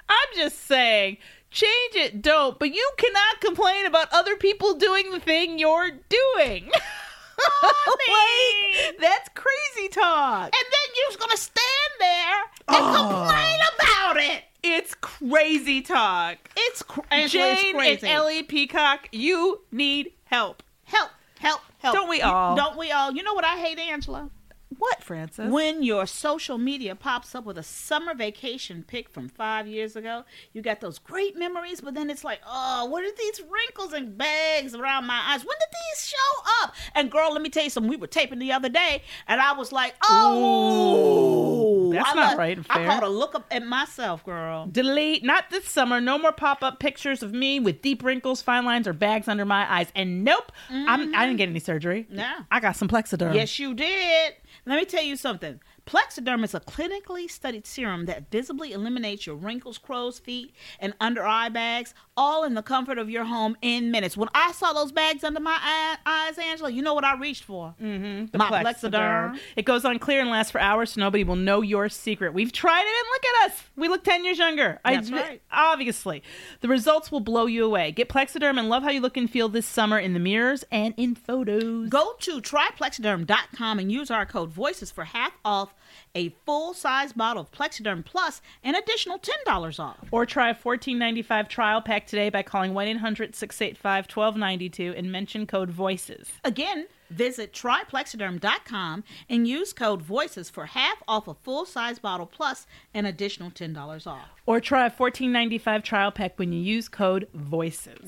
Speaker 7: I'm just saying, change it, don't. But you cannot complain about other people doing the thing you're doing. like, that's crazy talk.
Speaker 8: And then you're gonna stand there and complain about it.
Speaker 7: It's crazy talk.
Speaker 8: It's cr- Angela, it's
Speaker 7: Jane
Speaker 8: crazy.
Speaker 7: and Ellie Peacock, you need help.
Speaker 8: Help, help, help.
Speaker 7: Don't we
Speaker 8: You-
Speaker 7: all?
Speaker 8: Don't we all? You know what I hate, Angela?
Speaker 7: What, Francis?
Speaker 8: When your social media pops up with a summer vacation pic from five years ago, you got those great memories, but then it's like, oh, what are these wrinkles and bags around my eyes? When did these show up? And girl, let me tell you something. We were taping the other day, and I was like, oh,
Speaker 7: that's
Speaker 8: I
Speaker 7: not
Speaker 8: lo-
Speaker 7: right and
Speaker 8: I
Speaker 7: fair.
Speaker 8: called a look up at myself, girl.
Speaker 7: Delete. Not this summer. No more pop-up pictures of me with deep wrinkles, fine lines, or bags under my eyes. And nope, I'm- I didn't get any surgery.
Speaker 8: Mm-hmm. No.
Speaker 7: I got some Plexiderm.
Speaker 8: Yes, you did. Let me tell you something. Plexiderm is a clinically studied serum that visibly eliminates your wrinkles, crow's feet, and under eye bags, all in the comfort of your home in minutes. When I saw those bags under my eye- eyes, Angela, you know what I reached for? Mm-hmm.
Speaker 7: The
Speaker 8: My Plexiderm.
Speaker 7: It goes on clear and lasts for hours, so nobody will know your secret. We've tried it, and look at us. We look 10 years younger. I
Speaker 8: That's
Speaker 7: admit-
Speaker 8: right.
Speaker 7: Obviously. The results will blow you away. Get Plexiderm and love how you look and feel this summer in the mirrors and in photos.
Speaker 8: Go to tryplexiderm.com and use our code VOICES for half off a full size bottle of Plexiderm Plus an additional $10 off.
Speaker 7: Or try a $14.95 trial pack today by calling 1 800 685 1292 and mention code VOICES.
Speaker 8: Again, visit triplexiderm.com and use code VOICES for half off a full size bottle plus an additional $10 off.
Speaker 7: Or try a $14.95 trial pack when you use code VOICES.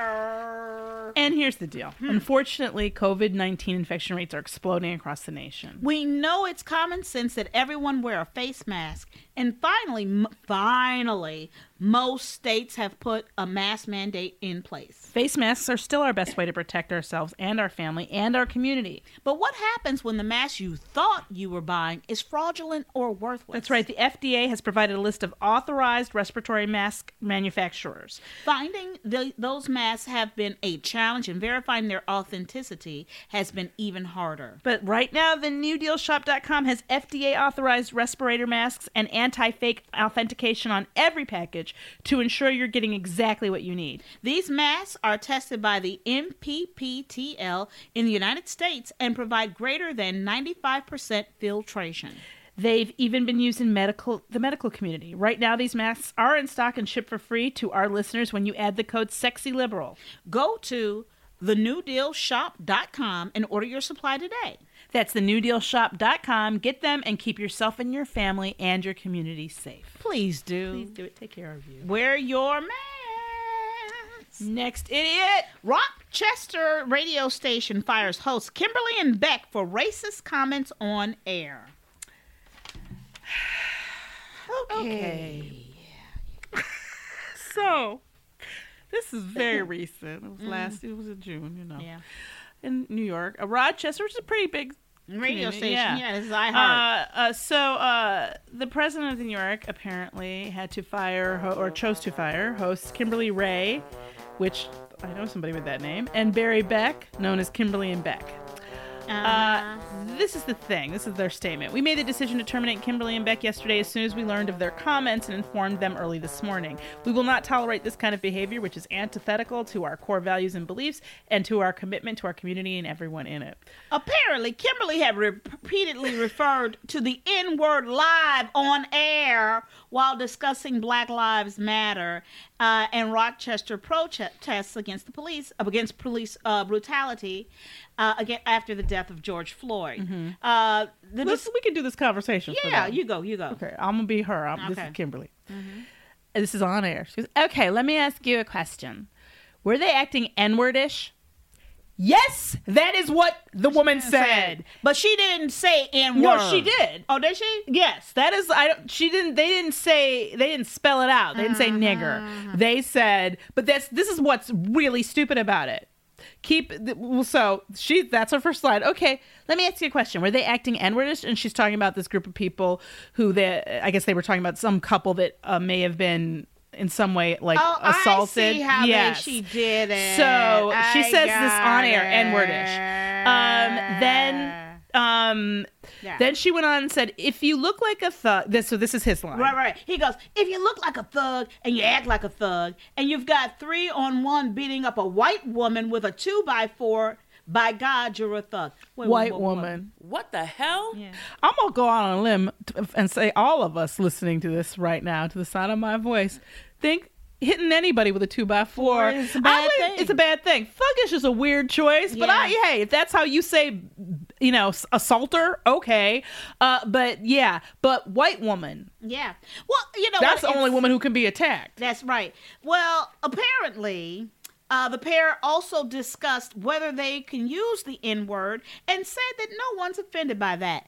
Speaker 8: Yeah.
Speaker 7: And here's the deal.
Speaker 8: Hmm.
Speaker 7: Unfortunately, COVID 19 infection rates are exploding across the nation.
Speaker 8: We know it's common sense that everyone wear a face mask. And finally, m- finally, most states have put a mask mandate in place.
Speaker 7: Face masks are still our best way to protect ourselves and our family and our community.
Speaker 8: But what happens when the mask you thought you were buying is fraudulent or worthless?
Speaker 7: That's right, the FDA has provided a list of authorized respiratory mask manufacturers.
Speaker 8: Finding the, those masks have been a challenge, and verifying their authenticity has been even harder.
Speaker 7: But right now, the newdealshop.com has FDA authorized respirator masks and anti fake authentication on every package to ensure you're getting exactly what you need.
Speaker 8: These masks are tested by the MPPTL in the United States and provide greater than 95% filtration.
Speaker 7: They've even been used in medical the medical community. Right now these masks are in stock and shipped for free to our listeners when you add the code SEXYLIBERAL.
Speaker 8: Go to thenewdealshop.com and order your supply today.
Speaker 7: That's the newdealshop.com. Get them and keep yourself and your family and your community safe.
Speaker 8: Please do.
Speaker 7: Please do it. Take care of you.
Speaker 8: Wear your mask.
Speaker 7: Next idiot.
Speaker 8: Rochester radio station fires host Kimberly and Beck for racist comments on air.
Speaker 7: Okay. so, this is very recent. It was last it was in June, you know.
Speaker 8: Mm. Yeah.
Speaker 7: In New York, uh, Rochester, which is a pretty big
Speaker 8: Radio
Speaker 7: community,
Speaker 8: station. Yeah,
Speaker 7: yeah.
Speaker 8: this is iHeart.
Speaker 7: Uh, uh, so uh, the president of New York apparently had to fire ho- or chose to fire hosts Kimberly Ray, which I know somebody with that name, and Barry Beck, known as Kimberly and Beck. Uh, this is the thing. This is their statement. We made the decision to terminate Kimberly and Beck yesterday as soon as we learned of their comments and informed them early this morning. We will not tolerate this kind of behavior, which is antithetical to our core values and beliefs and to our commitment to our community and everyone in it.
Speaker 8: Apparently, Kimberly had re- repeatedly referred to the N word live on air while discussing Black Lives Matter uh, and Rochester protests against the police against police uh, brutality uh, again after the death of George Floyd.
Speaker 7: Mhm.
Speaker 8: Uh, the
Speaker 7: Let's- we can do this conversation. for
Speaker 8: Yeah,
Speaker 7: them.
Speaker 8: you go, you go.
Speaker 7: Okay, I'm gonna be her. I'm, This
Speaker 8: Okay. Mm-hmm.
Speaker 7: is Kimberly. And This is on air. She goes, "Okay, let me ask you a question. Were they acting N-word-ish?" Yes, that is what the woman said.
Speaker 8: But she didn't say N-word.
Speaker 7: No, she did.
Speaker 8: Oh, did she?
Speaker 7: Yes, that is. I don't. She didn't. They didn't say. They didn't spell it out. They didn't
Speaker 8: Mm-hmm.
Speaker 7: say nigger. They said. But that's. This is what's really stupid about it. Keep. th- well, So she. That's her first slide. Okay. Let me ask you a question. Were they acting N-wordish? And she's talking about this group of people who they. I guess they were talking about some couple that uh, may have been in some way like
Speaker 8: oh,
Speaker 7: assaulted.
Speaker 8: I see how they-
Speaker 7: yes.
Speaker 8: she did it.
Speaker 7: So she
Speaker 8: I
Speaker 7: says this on
Speaker 8: got
Speaker 7: air,
Speaker 8: it.
Speaker 7: N wordish. Um, then um,
Speaker 8: Yeah.
Speaker 7: then she went on and said, if you look like a thug, this, so this is his line.
Speaker 8: Right, right. He goes, if you look like a thug and you act like a thug, and you've got three on one beating up a white woman with a two by four, by God, you're a thug. Wait, wait,
Speaker 7: White
Speaker 8: wait,
Speaker 7: woman.
Speaker 10: What the hell?
Speaker 7: I'm going to go out on a limb t- and say all of us listening to this right now, to the sound of my voice, think hitting anybody with a two by four
Speaker 8: is a
Speaker 7: I
Speaker 8: bad
Speaker 7: would-
Speaker 8: thing.
Speaker 7: It's a bad thing. Thuggish is a weird choice, but I,
Speaker 8: Yeah.
Speaker 7: hey, if that's how you say, you know, s- assaulter, okay. Uh, but yeah, but white woman,
Speaker 8: wait. Yeah. Well, you know,
Speaker 7: that's
Speaker 8: what?
Speaker 7: the only woman who can be attacked.
Speaker 8: That's right. Well, apparently, uh, the pair also discussed whether they can use the N word and said that no one's offended by that.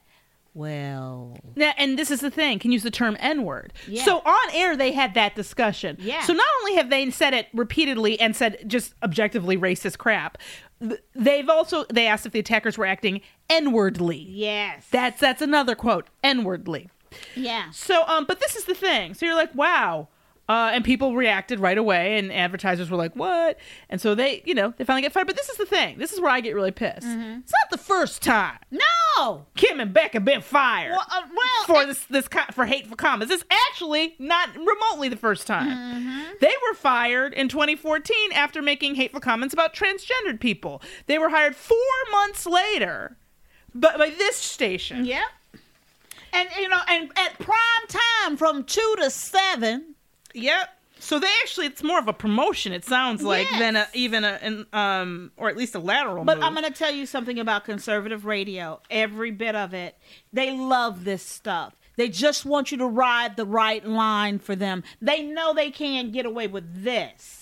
Speaker 7: Well, now, and this is the thing: can use the term N word.
Speaker 8: Yeah.
Speaker 7: So on air, they had that discussion.
Speaker 8: Yeah.
Speaker 7: So not only have they said it repeatedly and said just objectively racist crap, th- they've also they asked if the attackers were acting N wordly.
Speaker 8: Yes.
Speaker 7: That's that's another quote: N wordly.
Speaker 8: Yeah.
Speaker 7: So, um, but this is the thing. So you're like, wow. Uh, and people reacted right away, and advertisers were like, "What?" And so they, you know, they finally get fired. But this is the thing. This is where I get really pissed. It's not the first time.
Speaker 8: Mm-hmm. No,
Speaker 7: Kim and Beck have been fired
Speaker 8: Well, uh, well,
Speaker 7: for this this co- for hateful comments. It's actually not remotely the first time.
Speaker 8: Mm-hmm.
Speaker 7: They were fired in 2014 after making hateful comments about transgendered people. They were hired four months later, but by this station.
Speaker 8: Yeah. And you know, and at prime time from two to seven.
Speaker 7: Yep. So they actually, it's more of a promotion. It sounds like than a, even a an, um or at least a lateral.
Speaker 8: But
Speaker 7: move.
Speaker 8: I'm going to tell you something about conservative radio. Every bit of it. They love this stuff. They just want you to ride the right line for them. They know they can't get away with this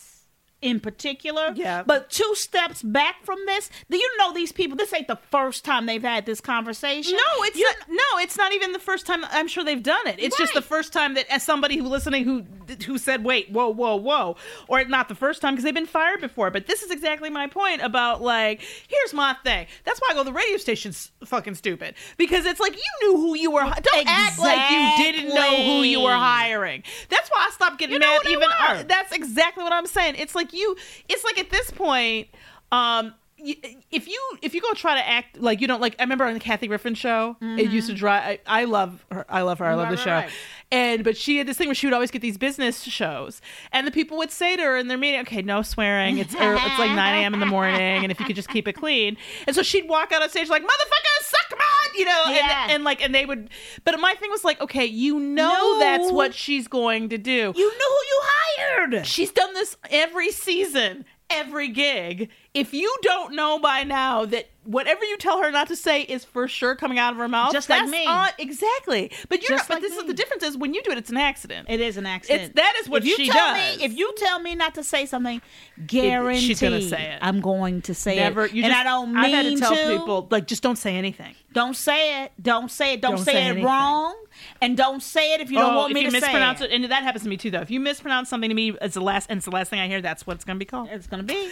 Speaker 8: in particular. Yeah. But two steps back from this, do you know these people? This ain't the first time they've had this conversation.
Speaker 7: No, it's
Speaker 8: You-
Speaker 7: not, no, it's not even the first time. I'm sure they've done it. It's just the first time that as somebody who listening who who said, "Wait, whoa, whoa, whoa," or not the first time because they've been fired before. But this is exactly my point about like, here's my thing. That's why I go the radio station's fucking stupid because it's like you knew who you were. hi- Don't act like you didn't know who you were
Speaker 8: Exactly.
Speaker 7: hiring. That's why I stopped getting
Speaker 8: You know
Speaker 7: mad.
Speaker 8: who they
Speaker 7: Even
Speaker 8: were.
Speaker 7: uh, that's exactly what I'm saying. It's like you. It's like at this point. Um, y- if you if you go try to act like you don't like, I remember on the Kathy Griffin show, it
Speaker 8: Mm-hmm.
Speaker 7: used to drive. I, I love her. I love her. I
Speaker 8: Right,
Speaker 7: love the
Speaker 8: right,
Speaker 7: show.
Speaker 8: right.
Speaker 7: And but she had this thing where she would always get these business shows, and the people would say to her in their meeting, "Okay, no swearing. It's er, it's like 9 a.m. in the morning, and if you could just keep it clean." And so she'd walk out on stage like, "Motherfucker, suck my," you know,
Speaker 8: Yeah.
Speaker 7: and, and like, and they would. But my thing was like, okay, you know
Speaker 8: No.
Speaker 7: that's what she's going to do.
Speaker 8: You know who you hired.
Speaker 7: She's done this every season, every gig. If you don't know by now that whatever you tell her not to say is for sure coming out of her mouth,
Speaker 8: Just like
Speaker 7: that's
Speaker 8: me.
Speaker 7: on- exactly. But you're
Speaker 8: Just
Speaker 7: not,
Speaker 8: like
Speaker 7: but this
Speaker 8: me.
Speaker 7: is the difference is when you do it, it's an accident.
Speaker 8: It is an accident.
Speaker 7: It's, that is what
Speaker 8: if you
Speaker 7: she
Speaker 8: tell
Speaker 7: does.
Speaker 8: Me, if you tell me not to say something,
Speaker 7: It-
Speaker 8: guarantee
Speaker 7: she's gonna say it.
Speaker 8: I'm going to say
Speaker 7: Never.
Speaker 8: it.
Speaker 7: You
Speaker 8: and
Speaker 7: just,
Speaker 8: I don't mean
Speaker 7: I've had to tell
Speaker 8: to.
Speaker 7: people like just don't say anything.
Speaker 8: Don't say it. Don't say it. Don't,
Speaker 7: Don't
Speaker 8: say,
Speaker 7: say
Speaker 8: it
Speaker 7: anything.
Speaker 8: wrong. And don't say it if you don't
Speaker 7: Oh,
Speaker 8: want
Speaker 7: if
Speaker 8: me
Speaker 7: you
Speaker 8: to
Speaker 7: mispronounce
Speaker 8: say it.
Speaker 7: And that happens to me too, though. If you mispronounce something to me, it's the last, and it's the last thing I hear. That's what it's going to be called.
Speaker 8: It's going to be.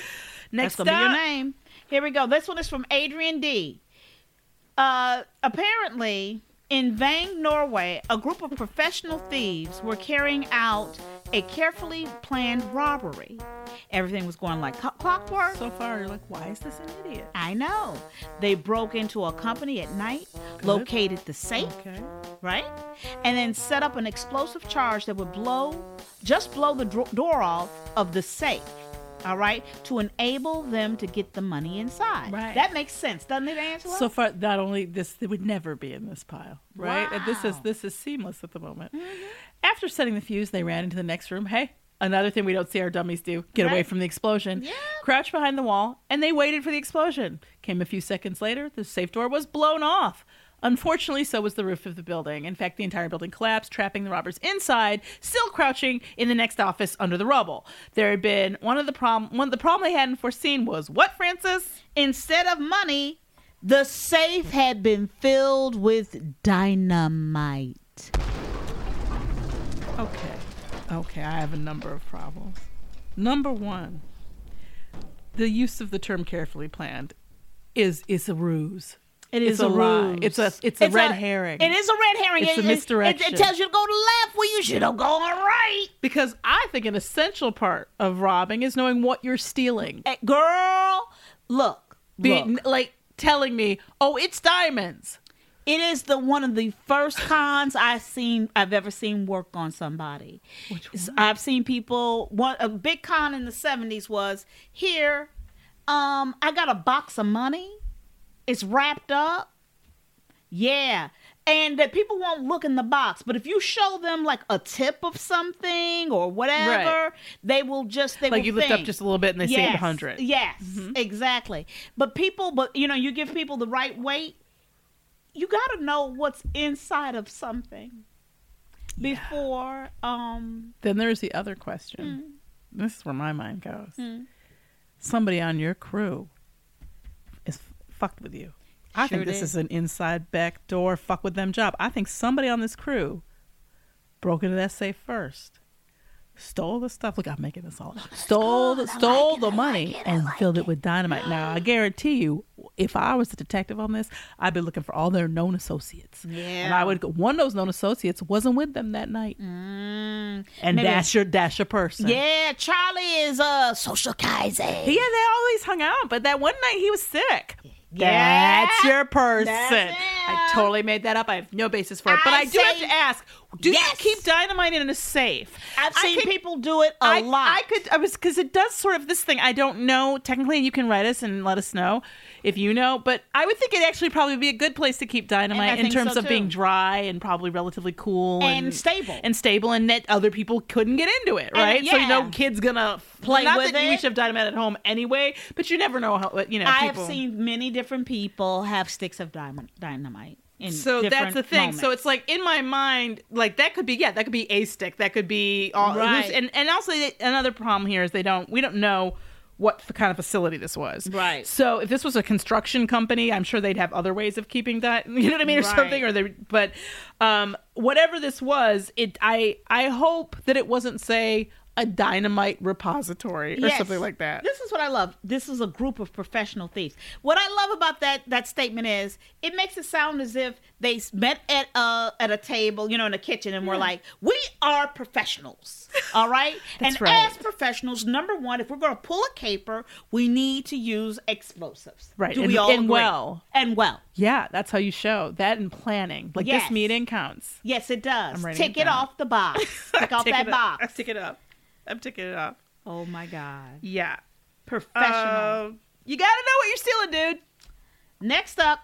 Speaker 7: Next
Speaker 8: That's gonna
Speaker 7: up.
Speaker 8: be your name. Here we go. This one is from Adrian D. Uh, apparently, in Vang, Norway, a group of professional thieves were carrying out a carefully planned robbery. Everything was going like co- clockwork. So
Speaker 7: far, you're like, why is this an idiot?
Speaker 8: I know. They broke into a company at night, located the safe, right? And then set up an explosive charge that would blow, just blow the dro- door off of the safe, all right, to enable them to get the money inside.
Speaker 7: Right.
Speaker 8: That makes sense, doesn't it, Angela?
Speaker 7: So far, not only this, it would never be in this pile,
Speaker 8: Mm-hmm.
Speaker 7: right? And This is this is seamless at the moment. After setting the fuse, they ran into the next room. Hey, Another thing we don't see our dummies do get away
Speaker 8: Right.
Speaker 7: from the explosion. Crouch behind the wall, and they waited for the explosion. Came a few seconds later, the safe door was blown off. Unfortunately, so was the roof of the building. In fact, the entire building collapsed, trapping the robbers inside, still crouching in the next office under the rubble. There had been one of the problem one the problem they hadn't foreseen was what, Francis?
Speaker 8: Instead of money, the safe had been filled with dynamite.
Speaker 7: Okay. Okay, I have a number of problems. Number one, the use of the term carefully planned is is a ruse.
Speaker 8: It
Speaker 7: It's
Speaker 8: is a
Speaker 7: lie.
Speaker 8: ruse.
Speaker 7: It's a it's a
Speaker 8: It's
Speaker 7: red
Speaker 8: a-
Speaker 7: herring.
Speaker 8: it is a red herring.
Speaker 7: It's
Speaker 8: It-
Speaker 7: a
Speaker 8: it- it-
Speaker 7: misdirection.
Speaker 8: it tells you to go left where you should have gone right.
Speaker 7: Because I think an essential part of robbing is knowing what you're stealing.
Speaker 8: Eh, girl, look,
Speaker 7: Be-
Speaker 8: look.
Speaker 7: like telling me, oh, it's diamonds.
Speaker 8: It is the one of the first cons I've seen I've ever seen work on somebody. S- I've seen people one a big con in the seventies was here, um, I got a box of money. It's wrapped up. Yeah. And that people won't look in the box, but if you show them like a tip of something or whatever, they will just they
Speaker 7: Like
Speaker 8: will
Speaker 7: you lift up
Speaker 8: think.
Speaker 7: just a Mm-hmm. little bit and they see
Speaker 8: yes,
Speaker 7: it 100.
Speaker 8: Yes, exactly. But people, but you know, you give people the right weight. You got to know what's inside of something before. Um, Mm.
Speaker 7: Then there's the other question. This is where my mind goes. Somebody on your crew is f- fucked with you. I
Speaker 8: Sure
Speaker 7: think this
Speaker 8: did.
Speaker 7: is an inside back door fuck with them job. I think somebody on this crew broke into that safe first, stole the stuff. Look, I'm making this all. Stole the stole the money and filled it with dynamite. Now I guarantee you, if I was the detective on this, I'd be looking for all their known associates. And I
Speaker 8: Yeah.
Speaker 7: would go. One of those known associates wasn't with them that night. And
Speaker 8: Maybe-
Speaker 7: that's your that's your person.
Speaker 8: yeah, Charlie is uh social kaiser.
Speaker 7: Yeah, they always hung out, but that one night he was sick.
Speaker 8: Yeah.
Speaker 7: That's your person.
Speaker 8: That's
Speaker 7: I totally made that up. I have no basis for it. But I,
Speaker 8: I
Speaker 7: do have
Speaker 8: say
Speaker 7: to ask, do
Speaker 8: yes.
Speaker 7: you keep dynamite in a safe?
Speaker 8: I've
Speaker 7: I
Speaker 8: seen
Speaker 7: could-
Speaker 8: people do it a
Speaker 7: I
Speaker 8: lot.
Speaker 7: I could I was cuz it does sort of this thing. I don't know technically you can write us and let us know if you know, but I would think it actually probably would be a good place to keep dynamite in
Speaker 8: think
Speaker 7: terms
Speaker 8: so,
Speaker 7: of being
Speaker 8: too.
Speaker 7: dry and probably relatively cool
Speaker 8: And stable.
Speaker 7: And stable and that other people couldn't get into it,
Speaker 8: And,
Speaker 7: right? So you know
Speaker 8: yeah.
Speaker 7: kids going to
Speaker 8: Play
Speaker 7: Not
Speaker 8: with
Speaker 7: that we
Speaker 8: it.
Speaker 7: should have dynamite at home anyway, but you never know how you know.
Speaker 8: I have
Speaker 7: people-
Speaker 8: seen many different people have sticks of dynam- dynamite. In
Speaker 7: So that's
Speaker 8: different
Speaker 7: the thing. So
Speaker 8: moments.
Speaker 7: it's like in my mind, like that could be yeah, that could be a stick, that could be all
Speaker 8: Right.
Speaker 7: who's- and and also they- another problem here is they don't we don't know what f- kind of facility this was.
Speaker 8: Right.
Speaker 7: So if this was a construction company, I'm sure they'd have other ways of keeping that, you know what I mean, or
Speaker 8: Right.
Speaker 7: something, or they. But um, whatever this was, it I I hope that it wasn't say a dynamite repository or
Speaker 8: Yes.
Speaker 7: something like that.
Speaker 8: This is what I love. This is a group of professional thieves. What I love about that that statement is it makes it sound as if they s- met at a at a table, you know, in a kitchen, and we're like, we are professionals, all right.
Speaker 7: That's
Speaker 8: and
Speaker 7: right.
Speaker 8: as professionals, number one, if we're going to pull a caper, we need to use explosives.
Speaker 7: Right,
Speaker 8: Do
Speaker 7: and-
Speaker 8: we all
Speaker 7: and
Speaker 8: agree?
Speaker 7: well.
Speaker 8: and well.
Speaker 7: Yeah, that's how you show that in planning. Like this
Speaker 8: Yes.
Speaker 7: meeting counts.
Speaker 8: Yes, it does.
Speaker 7: I'm writing
Speaker 8: Tick
Speaker 7: it
Speaker 8: it,
Speaker 7: down.
Speaker 8: off the box. Tick off
Speaker 7: Tick
Speaker 8: that
Speaker 7: it up.
Speaker 8: box.
Speaker 7: Tick it up. I'm ticking it up.
Speaker 8: Oh my God.
Speaker 7: Yeah.
Speaker 8: Professional.
Speaker 7: Um, you gotta know what you're stealing, dude.
Speaker 8: Next up,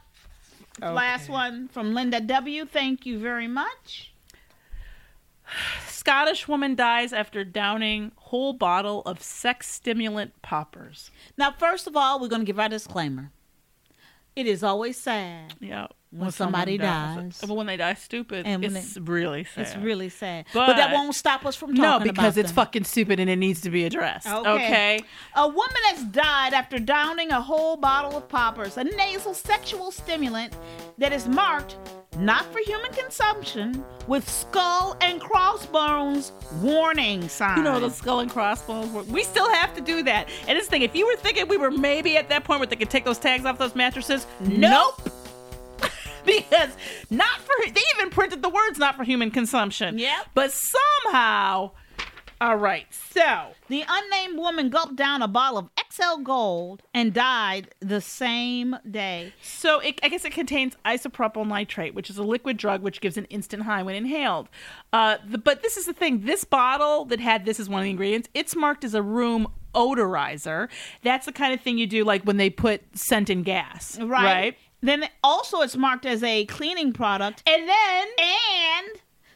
Speaker 7: Okay.
Speaker 8: last one from Linda W. Thank you very much.
Speaker 7: Scottish woman dies after downing whole bottle of sex stimulant poppers.
Speaker 8: Now, first of all, we're going to give our disclaimer. It is always sad.
Speaker 7: Yeah.
Speaker 8: When somebody
Speaker 7: someone
Speaker 8: dies.
Speaker 7: But when they die stupid,
Speaker 8: And when
Speaker 7: it's
Speaker 8: they-
Speaker 7: really sad.
Speaker 8: It's really sad. But, that
Speaker 7: But-
Speaker 8: won't stop us from talking
Speaker 7: No,
Speaker 8: about
Speaker 7: because it's
Speaker 8: them.
Speaker 7: fucking stupid and it needs to be addressed. Okay.
Speaker 8: A woman has died after downing a whole bottle of poppers, a nasal sexual stimulant that is marked not for human consumption with skull and crossbones warning signs.
Speaker 7: You know the skull and crossbones. Were, we still have to do that. And this thing, if you were thinking we were maybe at that point where they could take those tags off those mattresses, nope. because not for they even printed the words not for human consumption.
Speaker 8: Yep.
Speaker 7: But somehow, all right. So
Speaker 8: The unnamed woman gulped down a bottle of XL Gold and died the same day.
Speaker 7: So it, I guess it contains isopropyl nitrate, which is a liquid drug which gives an instant high when inhaled. Uh, the, but this is the thing: this bottle that had this as one of the ingredients, it's marked as a room odorizer. That's the kind of thing you do, like when they put scent in gas,
Speaker 8: Right. Then also it's marked as a cleaning product. And then and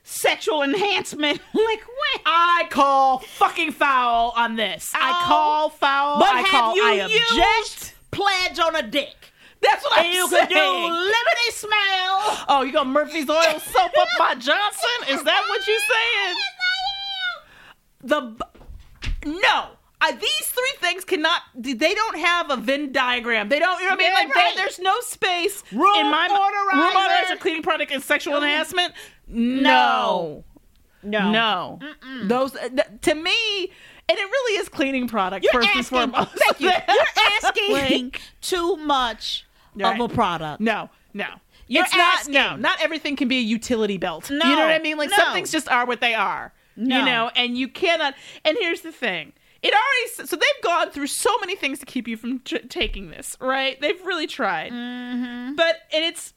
Speaker 8: sexual enhancement. like, what?
Speaker 7: I call fucking foul on this. I call foul.
Speaker 8: Oh. But
Speaker 7: I
Speaker 8: have
Speaker 7: call,
Speaker 8: you
Speaker 7: I
Speaker 8: used
Speaker 7: object.
Speaker 8: pledge on a dick?
Speaker 7: That's what
Speaker 8: and
Speaker 7: I'm
Speaker 8: you
Speaker 7: saying.
Speaker 8: could do lemony smell.
Speaker 7: Oh, you gonna Murphy's oil soap up my Johnson? Is that what you're saying? The b- no. I, these three things cannot. They don't have a Venn diagram. They don't. You know what I mean?
Speaker 8: Yeah,
Speaker 7: like there-
Speaker 8: right.
Speaker 7: there's no space
Speaker 8: Room
Speaker 7: in my
Speaker 8: odorizer.
Speaker 7: room odorizer, cleaning product, and sexual enhancement. No, no, no. Those uh, th- to me, and it really is cleaning product
Speaker 8: You're
Speaker 7: first
Speaker 8: asking,
Speaker 7: and foremost.
Speaker 8: Thank you. You're asking
Speaker 7: Like-
Speaker 8: too much
Speaker 7: Right.
Speaker 8: of a product.
Speaker 7: No, no.
Speaker 8: You're
Speaker 7: it's not
Speaker 8: asking.
Speaker 7: no, not everything can be a utility belt.
Speaker 8: No,
Speaker 7: you know what I mean? Like some
Speaker 8: no.
Speaker 7: things just are what they are.
Speaker 8: No.
Speaker 7: You know, and you cannot and here's the thing. It already so they've gone through so many things to keep you from t- taking this, right? They've really tried.
Speaker 8: Mm-hmm.
Speaker 7: But and it's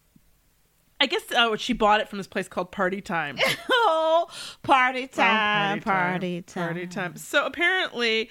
Speaker 7: I guess
Speaker 8: uh,
Speaker 7: oh, she bought it from this place called Party Time.
Speaker 8: Oh, party time,
Speaker 7: Oh, party time. Party time. So apparently,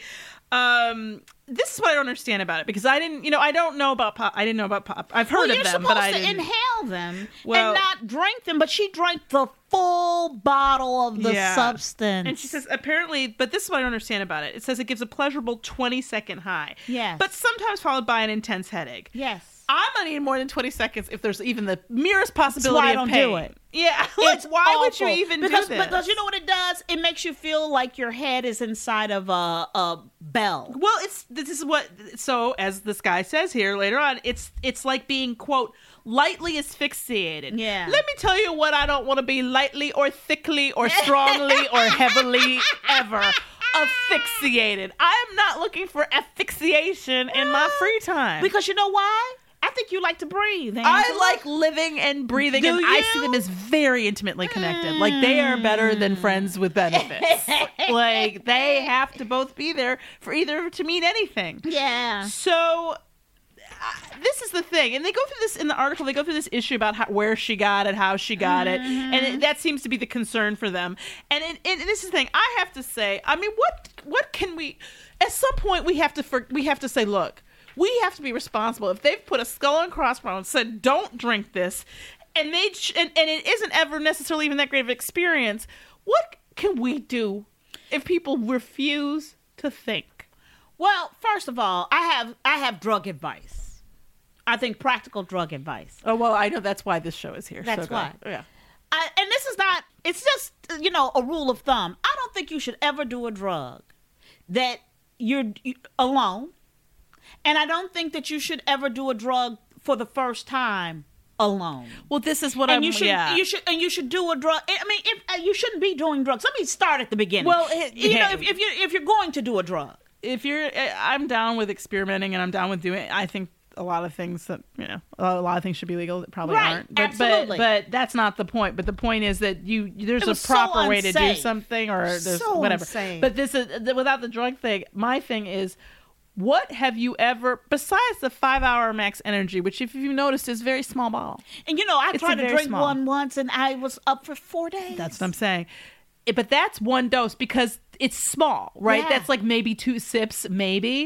Speaker 7: um, this is what I don't understand about it because I didn't, you know, I don't know about pop. I didn't know about pop. I've heard
Speaker 8: well,
Speaker 7: of
Speaker 8: you're
Speaker 7: them,
Speaker 8: supposed
Speaker 7: but I
Speaker 8: to
Speaker 7: didn't.
Speaker 8: inhale them
Speaker 7: Well-
Speaker 8: and not drink them, but she drank the full bottle of the
Speaker 7: Yeah.
Speaker 8: substance.
Speaker 7: And she says, apparently, but this is what I don't understand about it. It says it gives a pleasurable 20 second high.
Speaker 8: Yes.
Speaker 7: But sometimes followed by an intense headache.
Speaker 8: yes.
Speaker 7: I'm gonna need more than 20 seconds if there's even the merest
Speaker 8: That's why
Speaker 7: possibility
Speaker 8: I don't
Speaker 7: of pain.
Speaker 8: do it.
Speaker 7: Yeah. Like,
Speaker 8: It's
Speaker 7: why would you
Speaker 8: awful.
Speaker 7: even
Speaker 8: because,
Speaker 7: do this?
Speaker 8: Because you know what it does? It makes you feel like your head is inside of a, a bell.
Speaker 7: Well, it's this is what so as this guy says here later on, it's it's like being quote lightly asphyxiated.
Speaker 8: Yeah.
Speaker 7: Let me tell you what I don't want to be lightly or thickly or strongly or heavily ever asphyxiated. I am not looking for asphyxiation in my free time.
Speaker 8: Because you know why? I think you like to breathe.
Speaker 7: I
Speaker 8: Angela.
Speaker 7: like living and breathing,
Speaker 8: Do
Speaker 7: and I
Speaker 8: you? Mm.
Speaker 7: see them as very intimately connected. Like they are better than friends with benefits. like they have to both be there for either to mean anything.
Speaker 8: Yeah.
Speaker 7: So uh, this is the thing, and they go through this in the article. They go through this issue about how, where she got it, how she got it, and
Speaker 8: Mm-hmm.
Speaker 7: it, that seems to be the concern for them. And, it, and this is the thing. I have to say, I mean, what what can we? At some point, we have to for, we have to say, look, we have to be responsible. If they've put a skull and crossbones, said don't drink this, and they ch- and, and it isn't ever necessarily even that great of an experience. What can we do if people refuse to think?
Speaker 8: Well, first of all, I have I have drug advice. I think practical drug advice.
Speaker 7: Oh well, I know that's why this show is here.
Speaker 8: That's
Speaker 7: go
Speaker 8: why.
Speaker 7: ahead. Yeah.
Speaker 8: I, and this is not it's just you know a rule of thumb i don't think you should ever do a drug that you're you, alone and i don't think that you should ever do a drug for the first time alone
Speaker 7: Well, this is what
Speaker 8: and
Speaker 7: I'm.
Speaker 8: you should
Speaker 7: yeah.
Speaker 8: you should and you should do a drug i mean if, uh, you shouldn't be doing drugs let me start at the beginning
Speaker 7: Well, it-
Speaker 8: you
Speaker 7: yeah.
Speaker 8: know if, if you if you're going to do a drug
Speaker 7: if you're, I- I'm down with experimenting and I'm down with doing. I think a lot of things that you know, a lot of things should be legal that probably
Speaker 8: Right,
Speaker 7: aren't. But,
Speaker 8: absolutely.
Speaker 7: But, but that's not the point. But the point is that you there's
Speaker 8: It
Speaker 7: a
Speaker 8: was so
Speaker 7: proper way to do
Speaker 8: unsafe.
Speaker 7: something or there's
Speaker 8: So
Speaker 7: whatever.
Speaker 8: unsafe.
Speaker 7: But this is th- without the drug thing. My thing is. What have you ever, besides the five hour max energy, which if you noticed is very small ball?
Speaker 8: and you know i
Speaker 7: It's a
Speaker 8: tried to
Speaker 7: very
Speaker 8: drink
Speaker 7: small-
Speaker 8: one once and i was up for four days
Speaker 7: That's what I'm saying. It- but that's one dose because it's small, right?
Speaker 8: Yeah. Mm-hmm.
Speaker 7: That's like maybe two sips, maybe.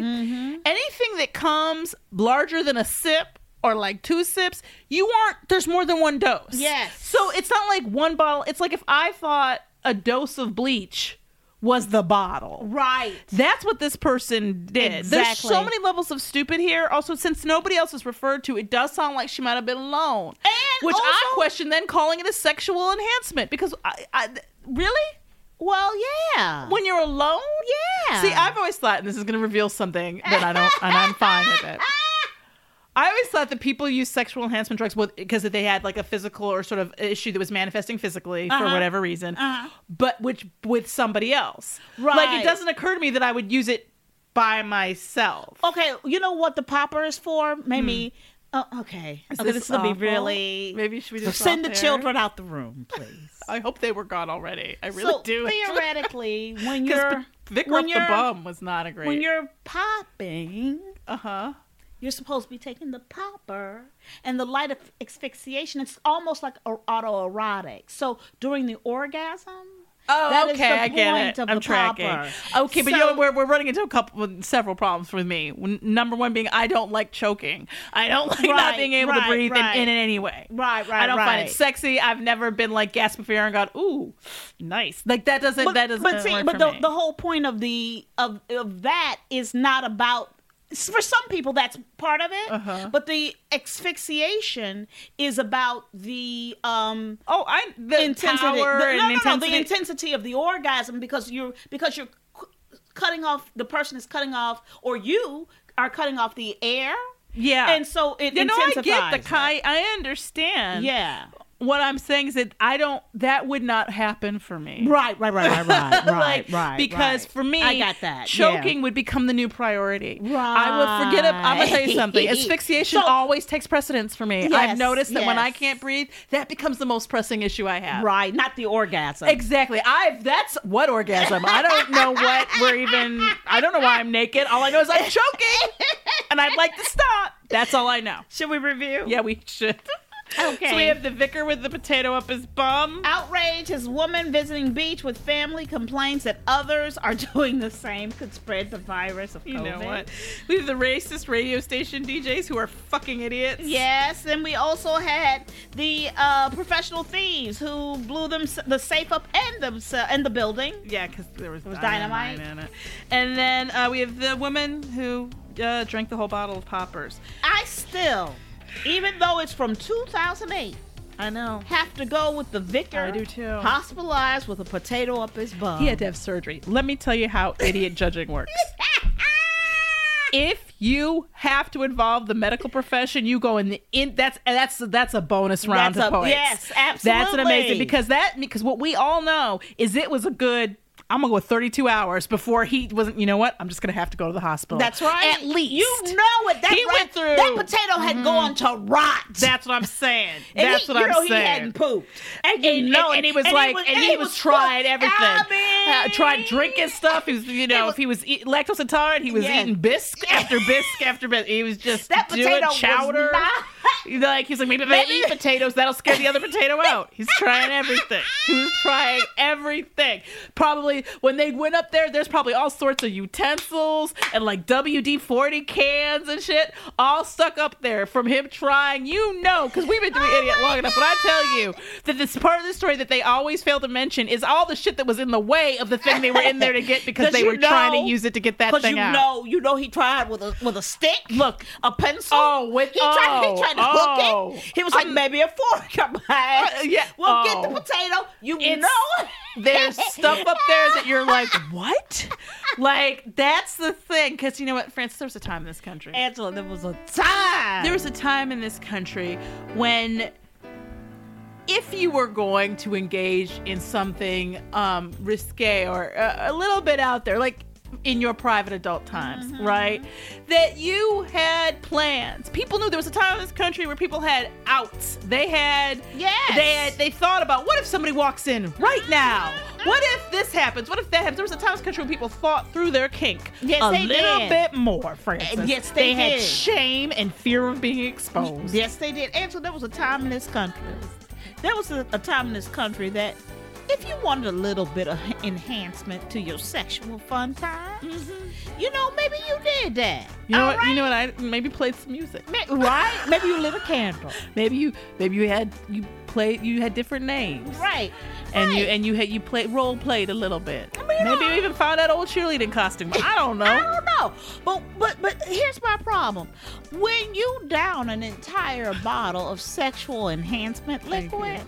Speaker 7: Anything that comes larger than a sip or like two sips, you aren't, there's more than one dose.
Speaker 8: Yes.
Speaker 7: So it's not like one bottle. It's like if I thought a dose of bleach was the bottle.
Speaker 8: right
Speaker 7: That's what this person did. There's so
Speaker 8: Exactly.
Speaker 7: many levels of stupid here. Also, since nobody else is referred to, it does sound like she might have been alone.
Speaker 8: And
Speaker 7: which I
Speaker 8: also-
Speaker 7: question then calling it a sexual enhancement because I, I really
Speaker 8: well yeah
Speaker 7: when you're alone,
Speaker 8: Yeah.
Speaker 7: See, I've always thought, and this is going to reveal something that I don't, and I'm fine with it. I always thought that people use sexual enhancement drugs because they had like a physical or sort of issue that was manifesting physically
Speaker 8: Uh-huh.
Speaker 7: for whatever reason, but which with somebody else. Like
Speaker 8: Right.
Speaker 7: it doesn't occur to me that I would use it by myself.
Speaker 8: Okay, you know what the popper is for? Maybe. Oh, okay. okay, this is gonna be
Speaker 7: Hmm. awful?
Speaker 8: really.
Speaker 7: Maybe should we just
Speaker 8: send
Speaker 7: stop
Speaker 8: the
Speaker 7: there?
Speaker 8: children out the room, please.
Speaker 7: I hope they were gone already. I really
Speaker 8: so
Speaker 7: do.
Speaker 8: theoretically, when
Speaker 7: because
Speaker 8: you're
Speaker 7: Vic
Speaker 8: when
Speaker 7: Ruff the
Speaker 8: you're-
Speaker 7: bum was not a great.
Speaker 8: when you're popping,
Speaker 7: uh huh.
Speaker 8: you're supposed to be taking the popper, and the light of asphyxiation. It's almost like a- autoerotic. So during the orgasm,
Speaker 7: Oh,
Speaker 8: That is
Speaker 7: okay,
Speaker 8: the
Speaker 7: I get
Speaker 8: point
Speaker 7: it.
Speaker 8: of
Speaker 7: I'm
Speaker 8: the
Speaker 7: tracking.
Speaker 8: popper.
Speaker 7: Okay, but
Speaker 8: So-
Speaker 7: you know, we're, we're running into a couple, well, several problems with me. N- Number one being I don't like choking. I don't like not
Speaker 8: Right,
Speaker 7: being able
Speaker 8: right,
Speaker 7: to breathe
Speaker 8: right.
Speaker 7: in, in any way.
Speaker 8: Right, right,
Speaker 7: I don't find
Speaker 8: right.
Speaker 7: it sexy. I've never been like gasping for air and gone, ooh, nice. Like that doesn't that doesn't.
Speaker 8: But see,
Speaker 7: work
Speaker 8: but
Speaker 7: for
Speaker 8: the,
Speaker 7: me.
Speaker 8: the whole point of the of of that is not about. For some people, that's part of it.
Speaker 7: Uh-huh.
Speaker 8: But the asphyxiation is about the um
Speaker 7: oh, I the power
Speaker 8: the, no, no,
Speaker 7: and
Speaker 8: no,
Speaker 7: intensity.
Speaker 8: the intensity of the orgasm because you're because you're cu- cutting off the person is cutting off or you are cutting off the air.
Speaker 7: Yeah.
Speaker 8: and so it
Speaker 7: you know, I get the
Speaker 8: intensifies
Speaker 7: kind. I understand.
Speaker 8: Yeah.
Speaker 7: What I'm saying is that I don't. That would not happen for me.
Speaker 8: Right, right, right, right, right,
Speaker 7: Like,
Speaker 8: right, right.
Speaker 7: Because for me,
Speaker 8: I got that.
Speaker 7: Choking
Speaker 8: Yeah.
Speaker 7: would become the new priority. Right. I would forget. It, I'm gonna tell you something. Asphyxiation
Speaker 8: So-
Speaker 7: always takes precedence for me. I've
Speaker 8: Yes,
Speaker 7: noticed that when I
Speaker 8: yes.
Speaker 7: can't breathe, that becomes the most pressing issue I have.
Speaker 8: right, not the orgasm.
Speaker 7: Exactly. I've that's what orgasm. I don't know what we're even. I don't know why I'm naked. All I know is I'm choking, and I'd like to stop. That's all I know.
Speaker 8: Should we review?
Speaker 7: Yeah, we should.
Speaker 8: Okay.
Speaker 7: So we have the vicar with the potato up his bum.
Speaker 8: Outrage as woman visiting beach with family complains that others are doing the same could spread the virus of COVID.
Speaker 7: You know what? We have the racist radio station DJs who are fucking idiots.
Speaker 8: Yes, then we also had the uh, professional thieves who blew them the safe up and themse- and the building.
Speaker 7: Yeah, because there was,
Speaker 8: was
Speaker 7: dynamite.
Speaker 8: dynamite.
Speaker 7: in it. And then uh, we have the woman who uh, drank the whole bottle of poppers.
Speaker 8: I still, even though it's from 2008,
Speaker 7: I know.
Speaker 8: have to go with the vicar.
Speaker 7: I do too.
Speaker 8: Hospitalized with a potato up his bum.
Speaker 7: He had to have surgery. Let me tell you how idiot judging works. If you have to involve the medical profession, you go in the in. That's that's that's a bonus round
Speaker 8: That's
Speaker 7: of
Speaker 8: a-
Speaker 7: poets.
Speaker 8: yes,
Speaker 7: That's an amazing
Speaker 8: absolutely.
Speaker 7: because that because what we all know is it was a good. I'm gonna go with 32 hours before he wasn't. You know what? I'm just gonna have to go to the hospital.
Speaker 8: That's right.
Speaker 7: At least
Speaker 8: you know what that
Speaker 7: He
Speaker 8: rat-
Speaker 7: went through. Mm-hmm.
Speaker 8: That potato had gone to rot.
Speaker 7: That's what I'm saying.
Speaker 8: And
Speaker 7: That's
Speaker 8: he-
Speaker 7: what
Speaker 8: you
Speaker 7: I'm
Speaker 8: know he
Speaker 7: saying.
Speaker 8: hadn't pooped.
Speaker 7: and,
Speaker 8: you
Speaker 7: and-
Speaker 8: know
Speaker 7: and-
Speaker 8: it.
Speaker 7: and he was
Speaker 8: And he
Speaker 7: like,
Speaker 8: was-
Speaker 7: and
Speaker 8: and
Speaker 7: he
Speaker 8: he
Speaker 7: was
Speaker 8: was
Speaker 7: tried
Speaker 8: fucked.
Speaker 7: everything.
Speaker 8: I
Speaker 7: Uh, tried drinking stuff. He was, you know, if he was eat, lactose intolerant, he was
Speaker 8: Yes.
Speaker 7: eating bisque after bisque after bisque. He was just
Speaker 8: That
Speaker 7: doing
Speaker 8: potato was
Speaker 7: chowder.
Speaker 8: not-
Speaker 7: like he's like, maybe if I
Speaker 8: Maybe-
Speaker 7: eat potatoes, that'll scare the other potato out. He's trying everything. He was trying everything. Probably when they went up there, there's probably all sorts of utensils and like WD 40 cans and shit all stuck up there from him trying. You know, because we've been doing idiot long enough. But I tell you that this part of the story that they always fail to mention is all the shit that was in the way of the thing they were in there to get because
Speaker 8: 'Cause
Speaker 7: they
Speaker 8: you
Speaker 7: were trying to
Speaker 8: know-
Speaker 7: use it to get that
Speaker 8: Because
Speaker 7: thing
Speaker 8: you
Speaker 7: out.
Speaker 8: know, you know, he tried with a with a stick. Look, a pencil.
Speaker 7: Oh, with-
Speaker 8: he tried,
Speaker 7: oh,
Speaker 8: he tried to
Speaker 7: oh.
Speaker 8: hook it. He was like, maybe a fork up my ass.
Speaker 7: Uh, yeah,
Speaker 8: Well,
Speaker 7: oh.
Speaker 8: get the potato. You
Speaker 7: It's-
Speaker 8: know,
Speaker 7: there's stuff up there that you're like, what? Like that's the thing, because you know what, Francis, there was a time in this country.
Speaker 8: Angela, there was a time.
Speaker 7: There was a time in this country when, if you were going to engage in something um, risque or uh, a little bit out there, like in your private adult times,
Speaker 8: Mm-hmm.
Speaker 7: right, that you had plans. People knew there was a time in this country where people had outs. They had
Speaker 8: Yes. Mm-hmm.
Speaker 7: They had, they thought about what if somebody walks in right now. What if this happens? What if that happens? There was a time in this country when people thought through their kink
Speaker 8: Yes,
Speaker 7: a
Speaker 8: they
Speaker 7: little
Speaker 8: did.
Speaker 7: bit more, Francis.
Speaker 8: And yes, they
Speaker 7: had
Speaker 8: did.
Speaker 7: shame and fear of being exposed.
Speaker 8: Yes, they did. Angela, there was a time in this country. There was a, a time in this country that if you wanted a little bit of enhancement to your sexual fun time, you know, maybe you did that.
Speaker 7: You know
Speaker 8: All
Speaker 7: what? You
Speaker 8: right?
Speaker 7: know what? I maybe played some music.
Speaker 8: Ma- right? Maybe you lit a candle.
Speaker 7: Maybe you maybe you had you played you had different names.
Speaker 8: Right.
Speaker 7: And you
Speaker 8: Right.
Speaker 7: and you had you played role played a little bit.
Speaker 8: mean,
Speaker 7: maybe
Speaker 8: I-
Speaker 7: you even found that old cheerleading costume. I don't know.
Speaker 8: I don't know. But but but here's my problem. When you down an entire bottle of sexual enhancement liquid,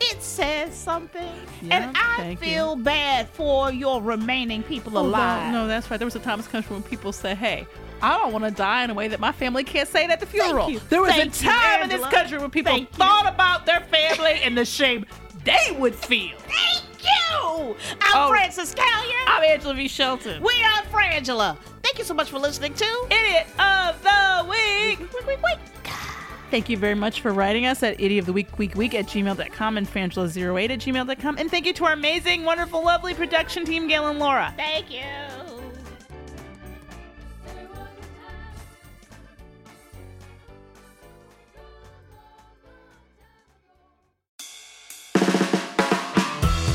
Speaker 8: it says something.
Speaker 7: Yeah,
Speaker 8: and I
Speaker 7: thank you.
Speaker 8: feel bad for your remaining people
Speaker 7: Well,
Speaker 8: alive.
Speaker 7: No, that's right. There was a time in this country when people said, "Hey, I don't want to die in a way that my family can't say it at the funeral."
Speaker 8: you.
Speaker 7: There was
Speaker 8: Thank
Speaker 7: a
Speaker 8: you,
Speaker 7: time in this
Speaker 8: Angela.
Speaker 7: country when people
Speaker 8: Thank you.
Speaker 7: thought about their family and the shame they would feel.
Speaker 8: Thank you. I'm
Speaker 7: Oh.
Speaker 8: Francis Callier.
Speaker 7: I'm Angela V. Shelton.
Speaker 8: we are Frangela. Thank you so much for listening to
Speaker 7: Idiot of the week.
Speaker 8: Wait, wait, wait.
Speaker 7: Thank you very much for writing us at idiot of the week, week, week at gmail.com and frangela08 at gmail.com. And thank you to our amazing, wonderful, lovely production team, Gail and Laura.
Speaker 8: Thank you.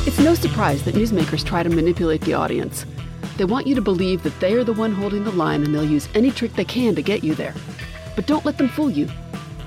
Speaker 1: It's no
Speaker 7: no surprise that newsmakers try to manipulate the audience. They want you to believe that they are the one holding the line and they'll use any trick they can to get you there. But don't let them fool you.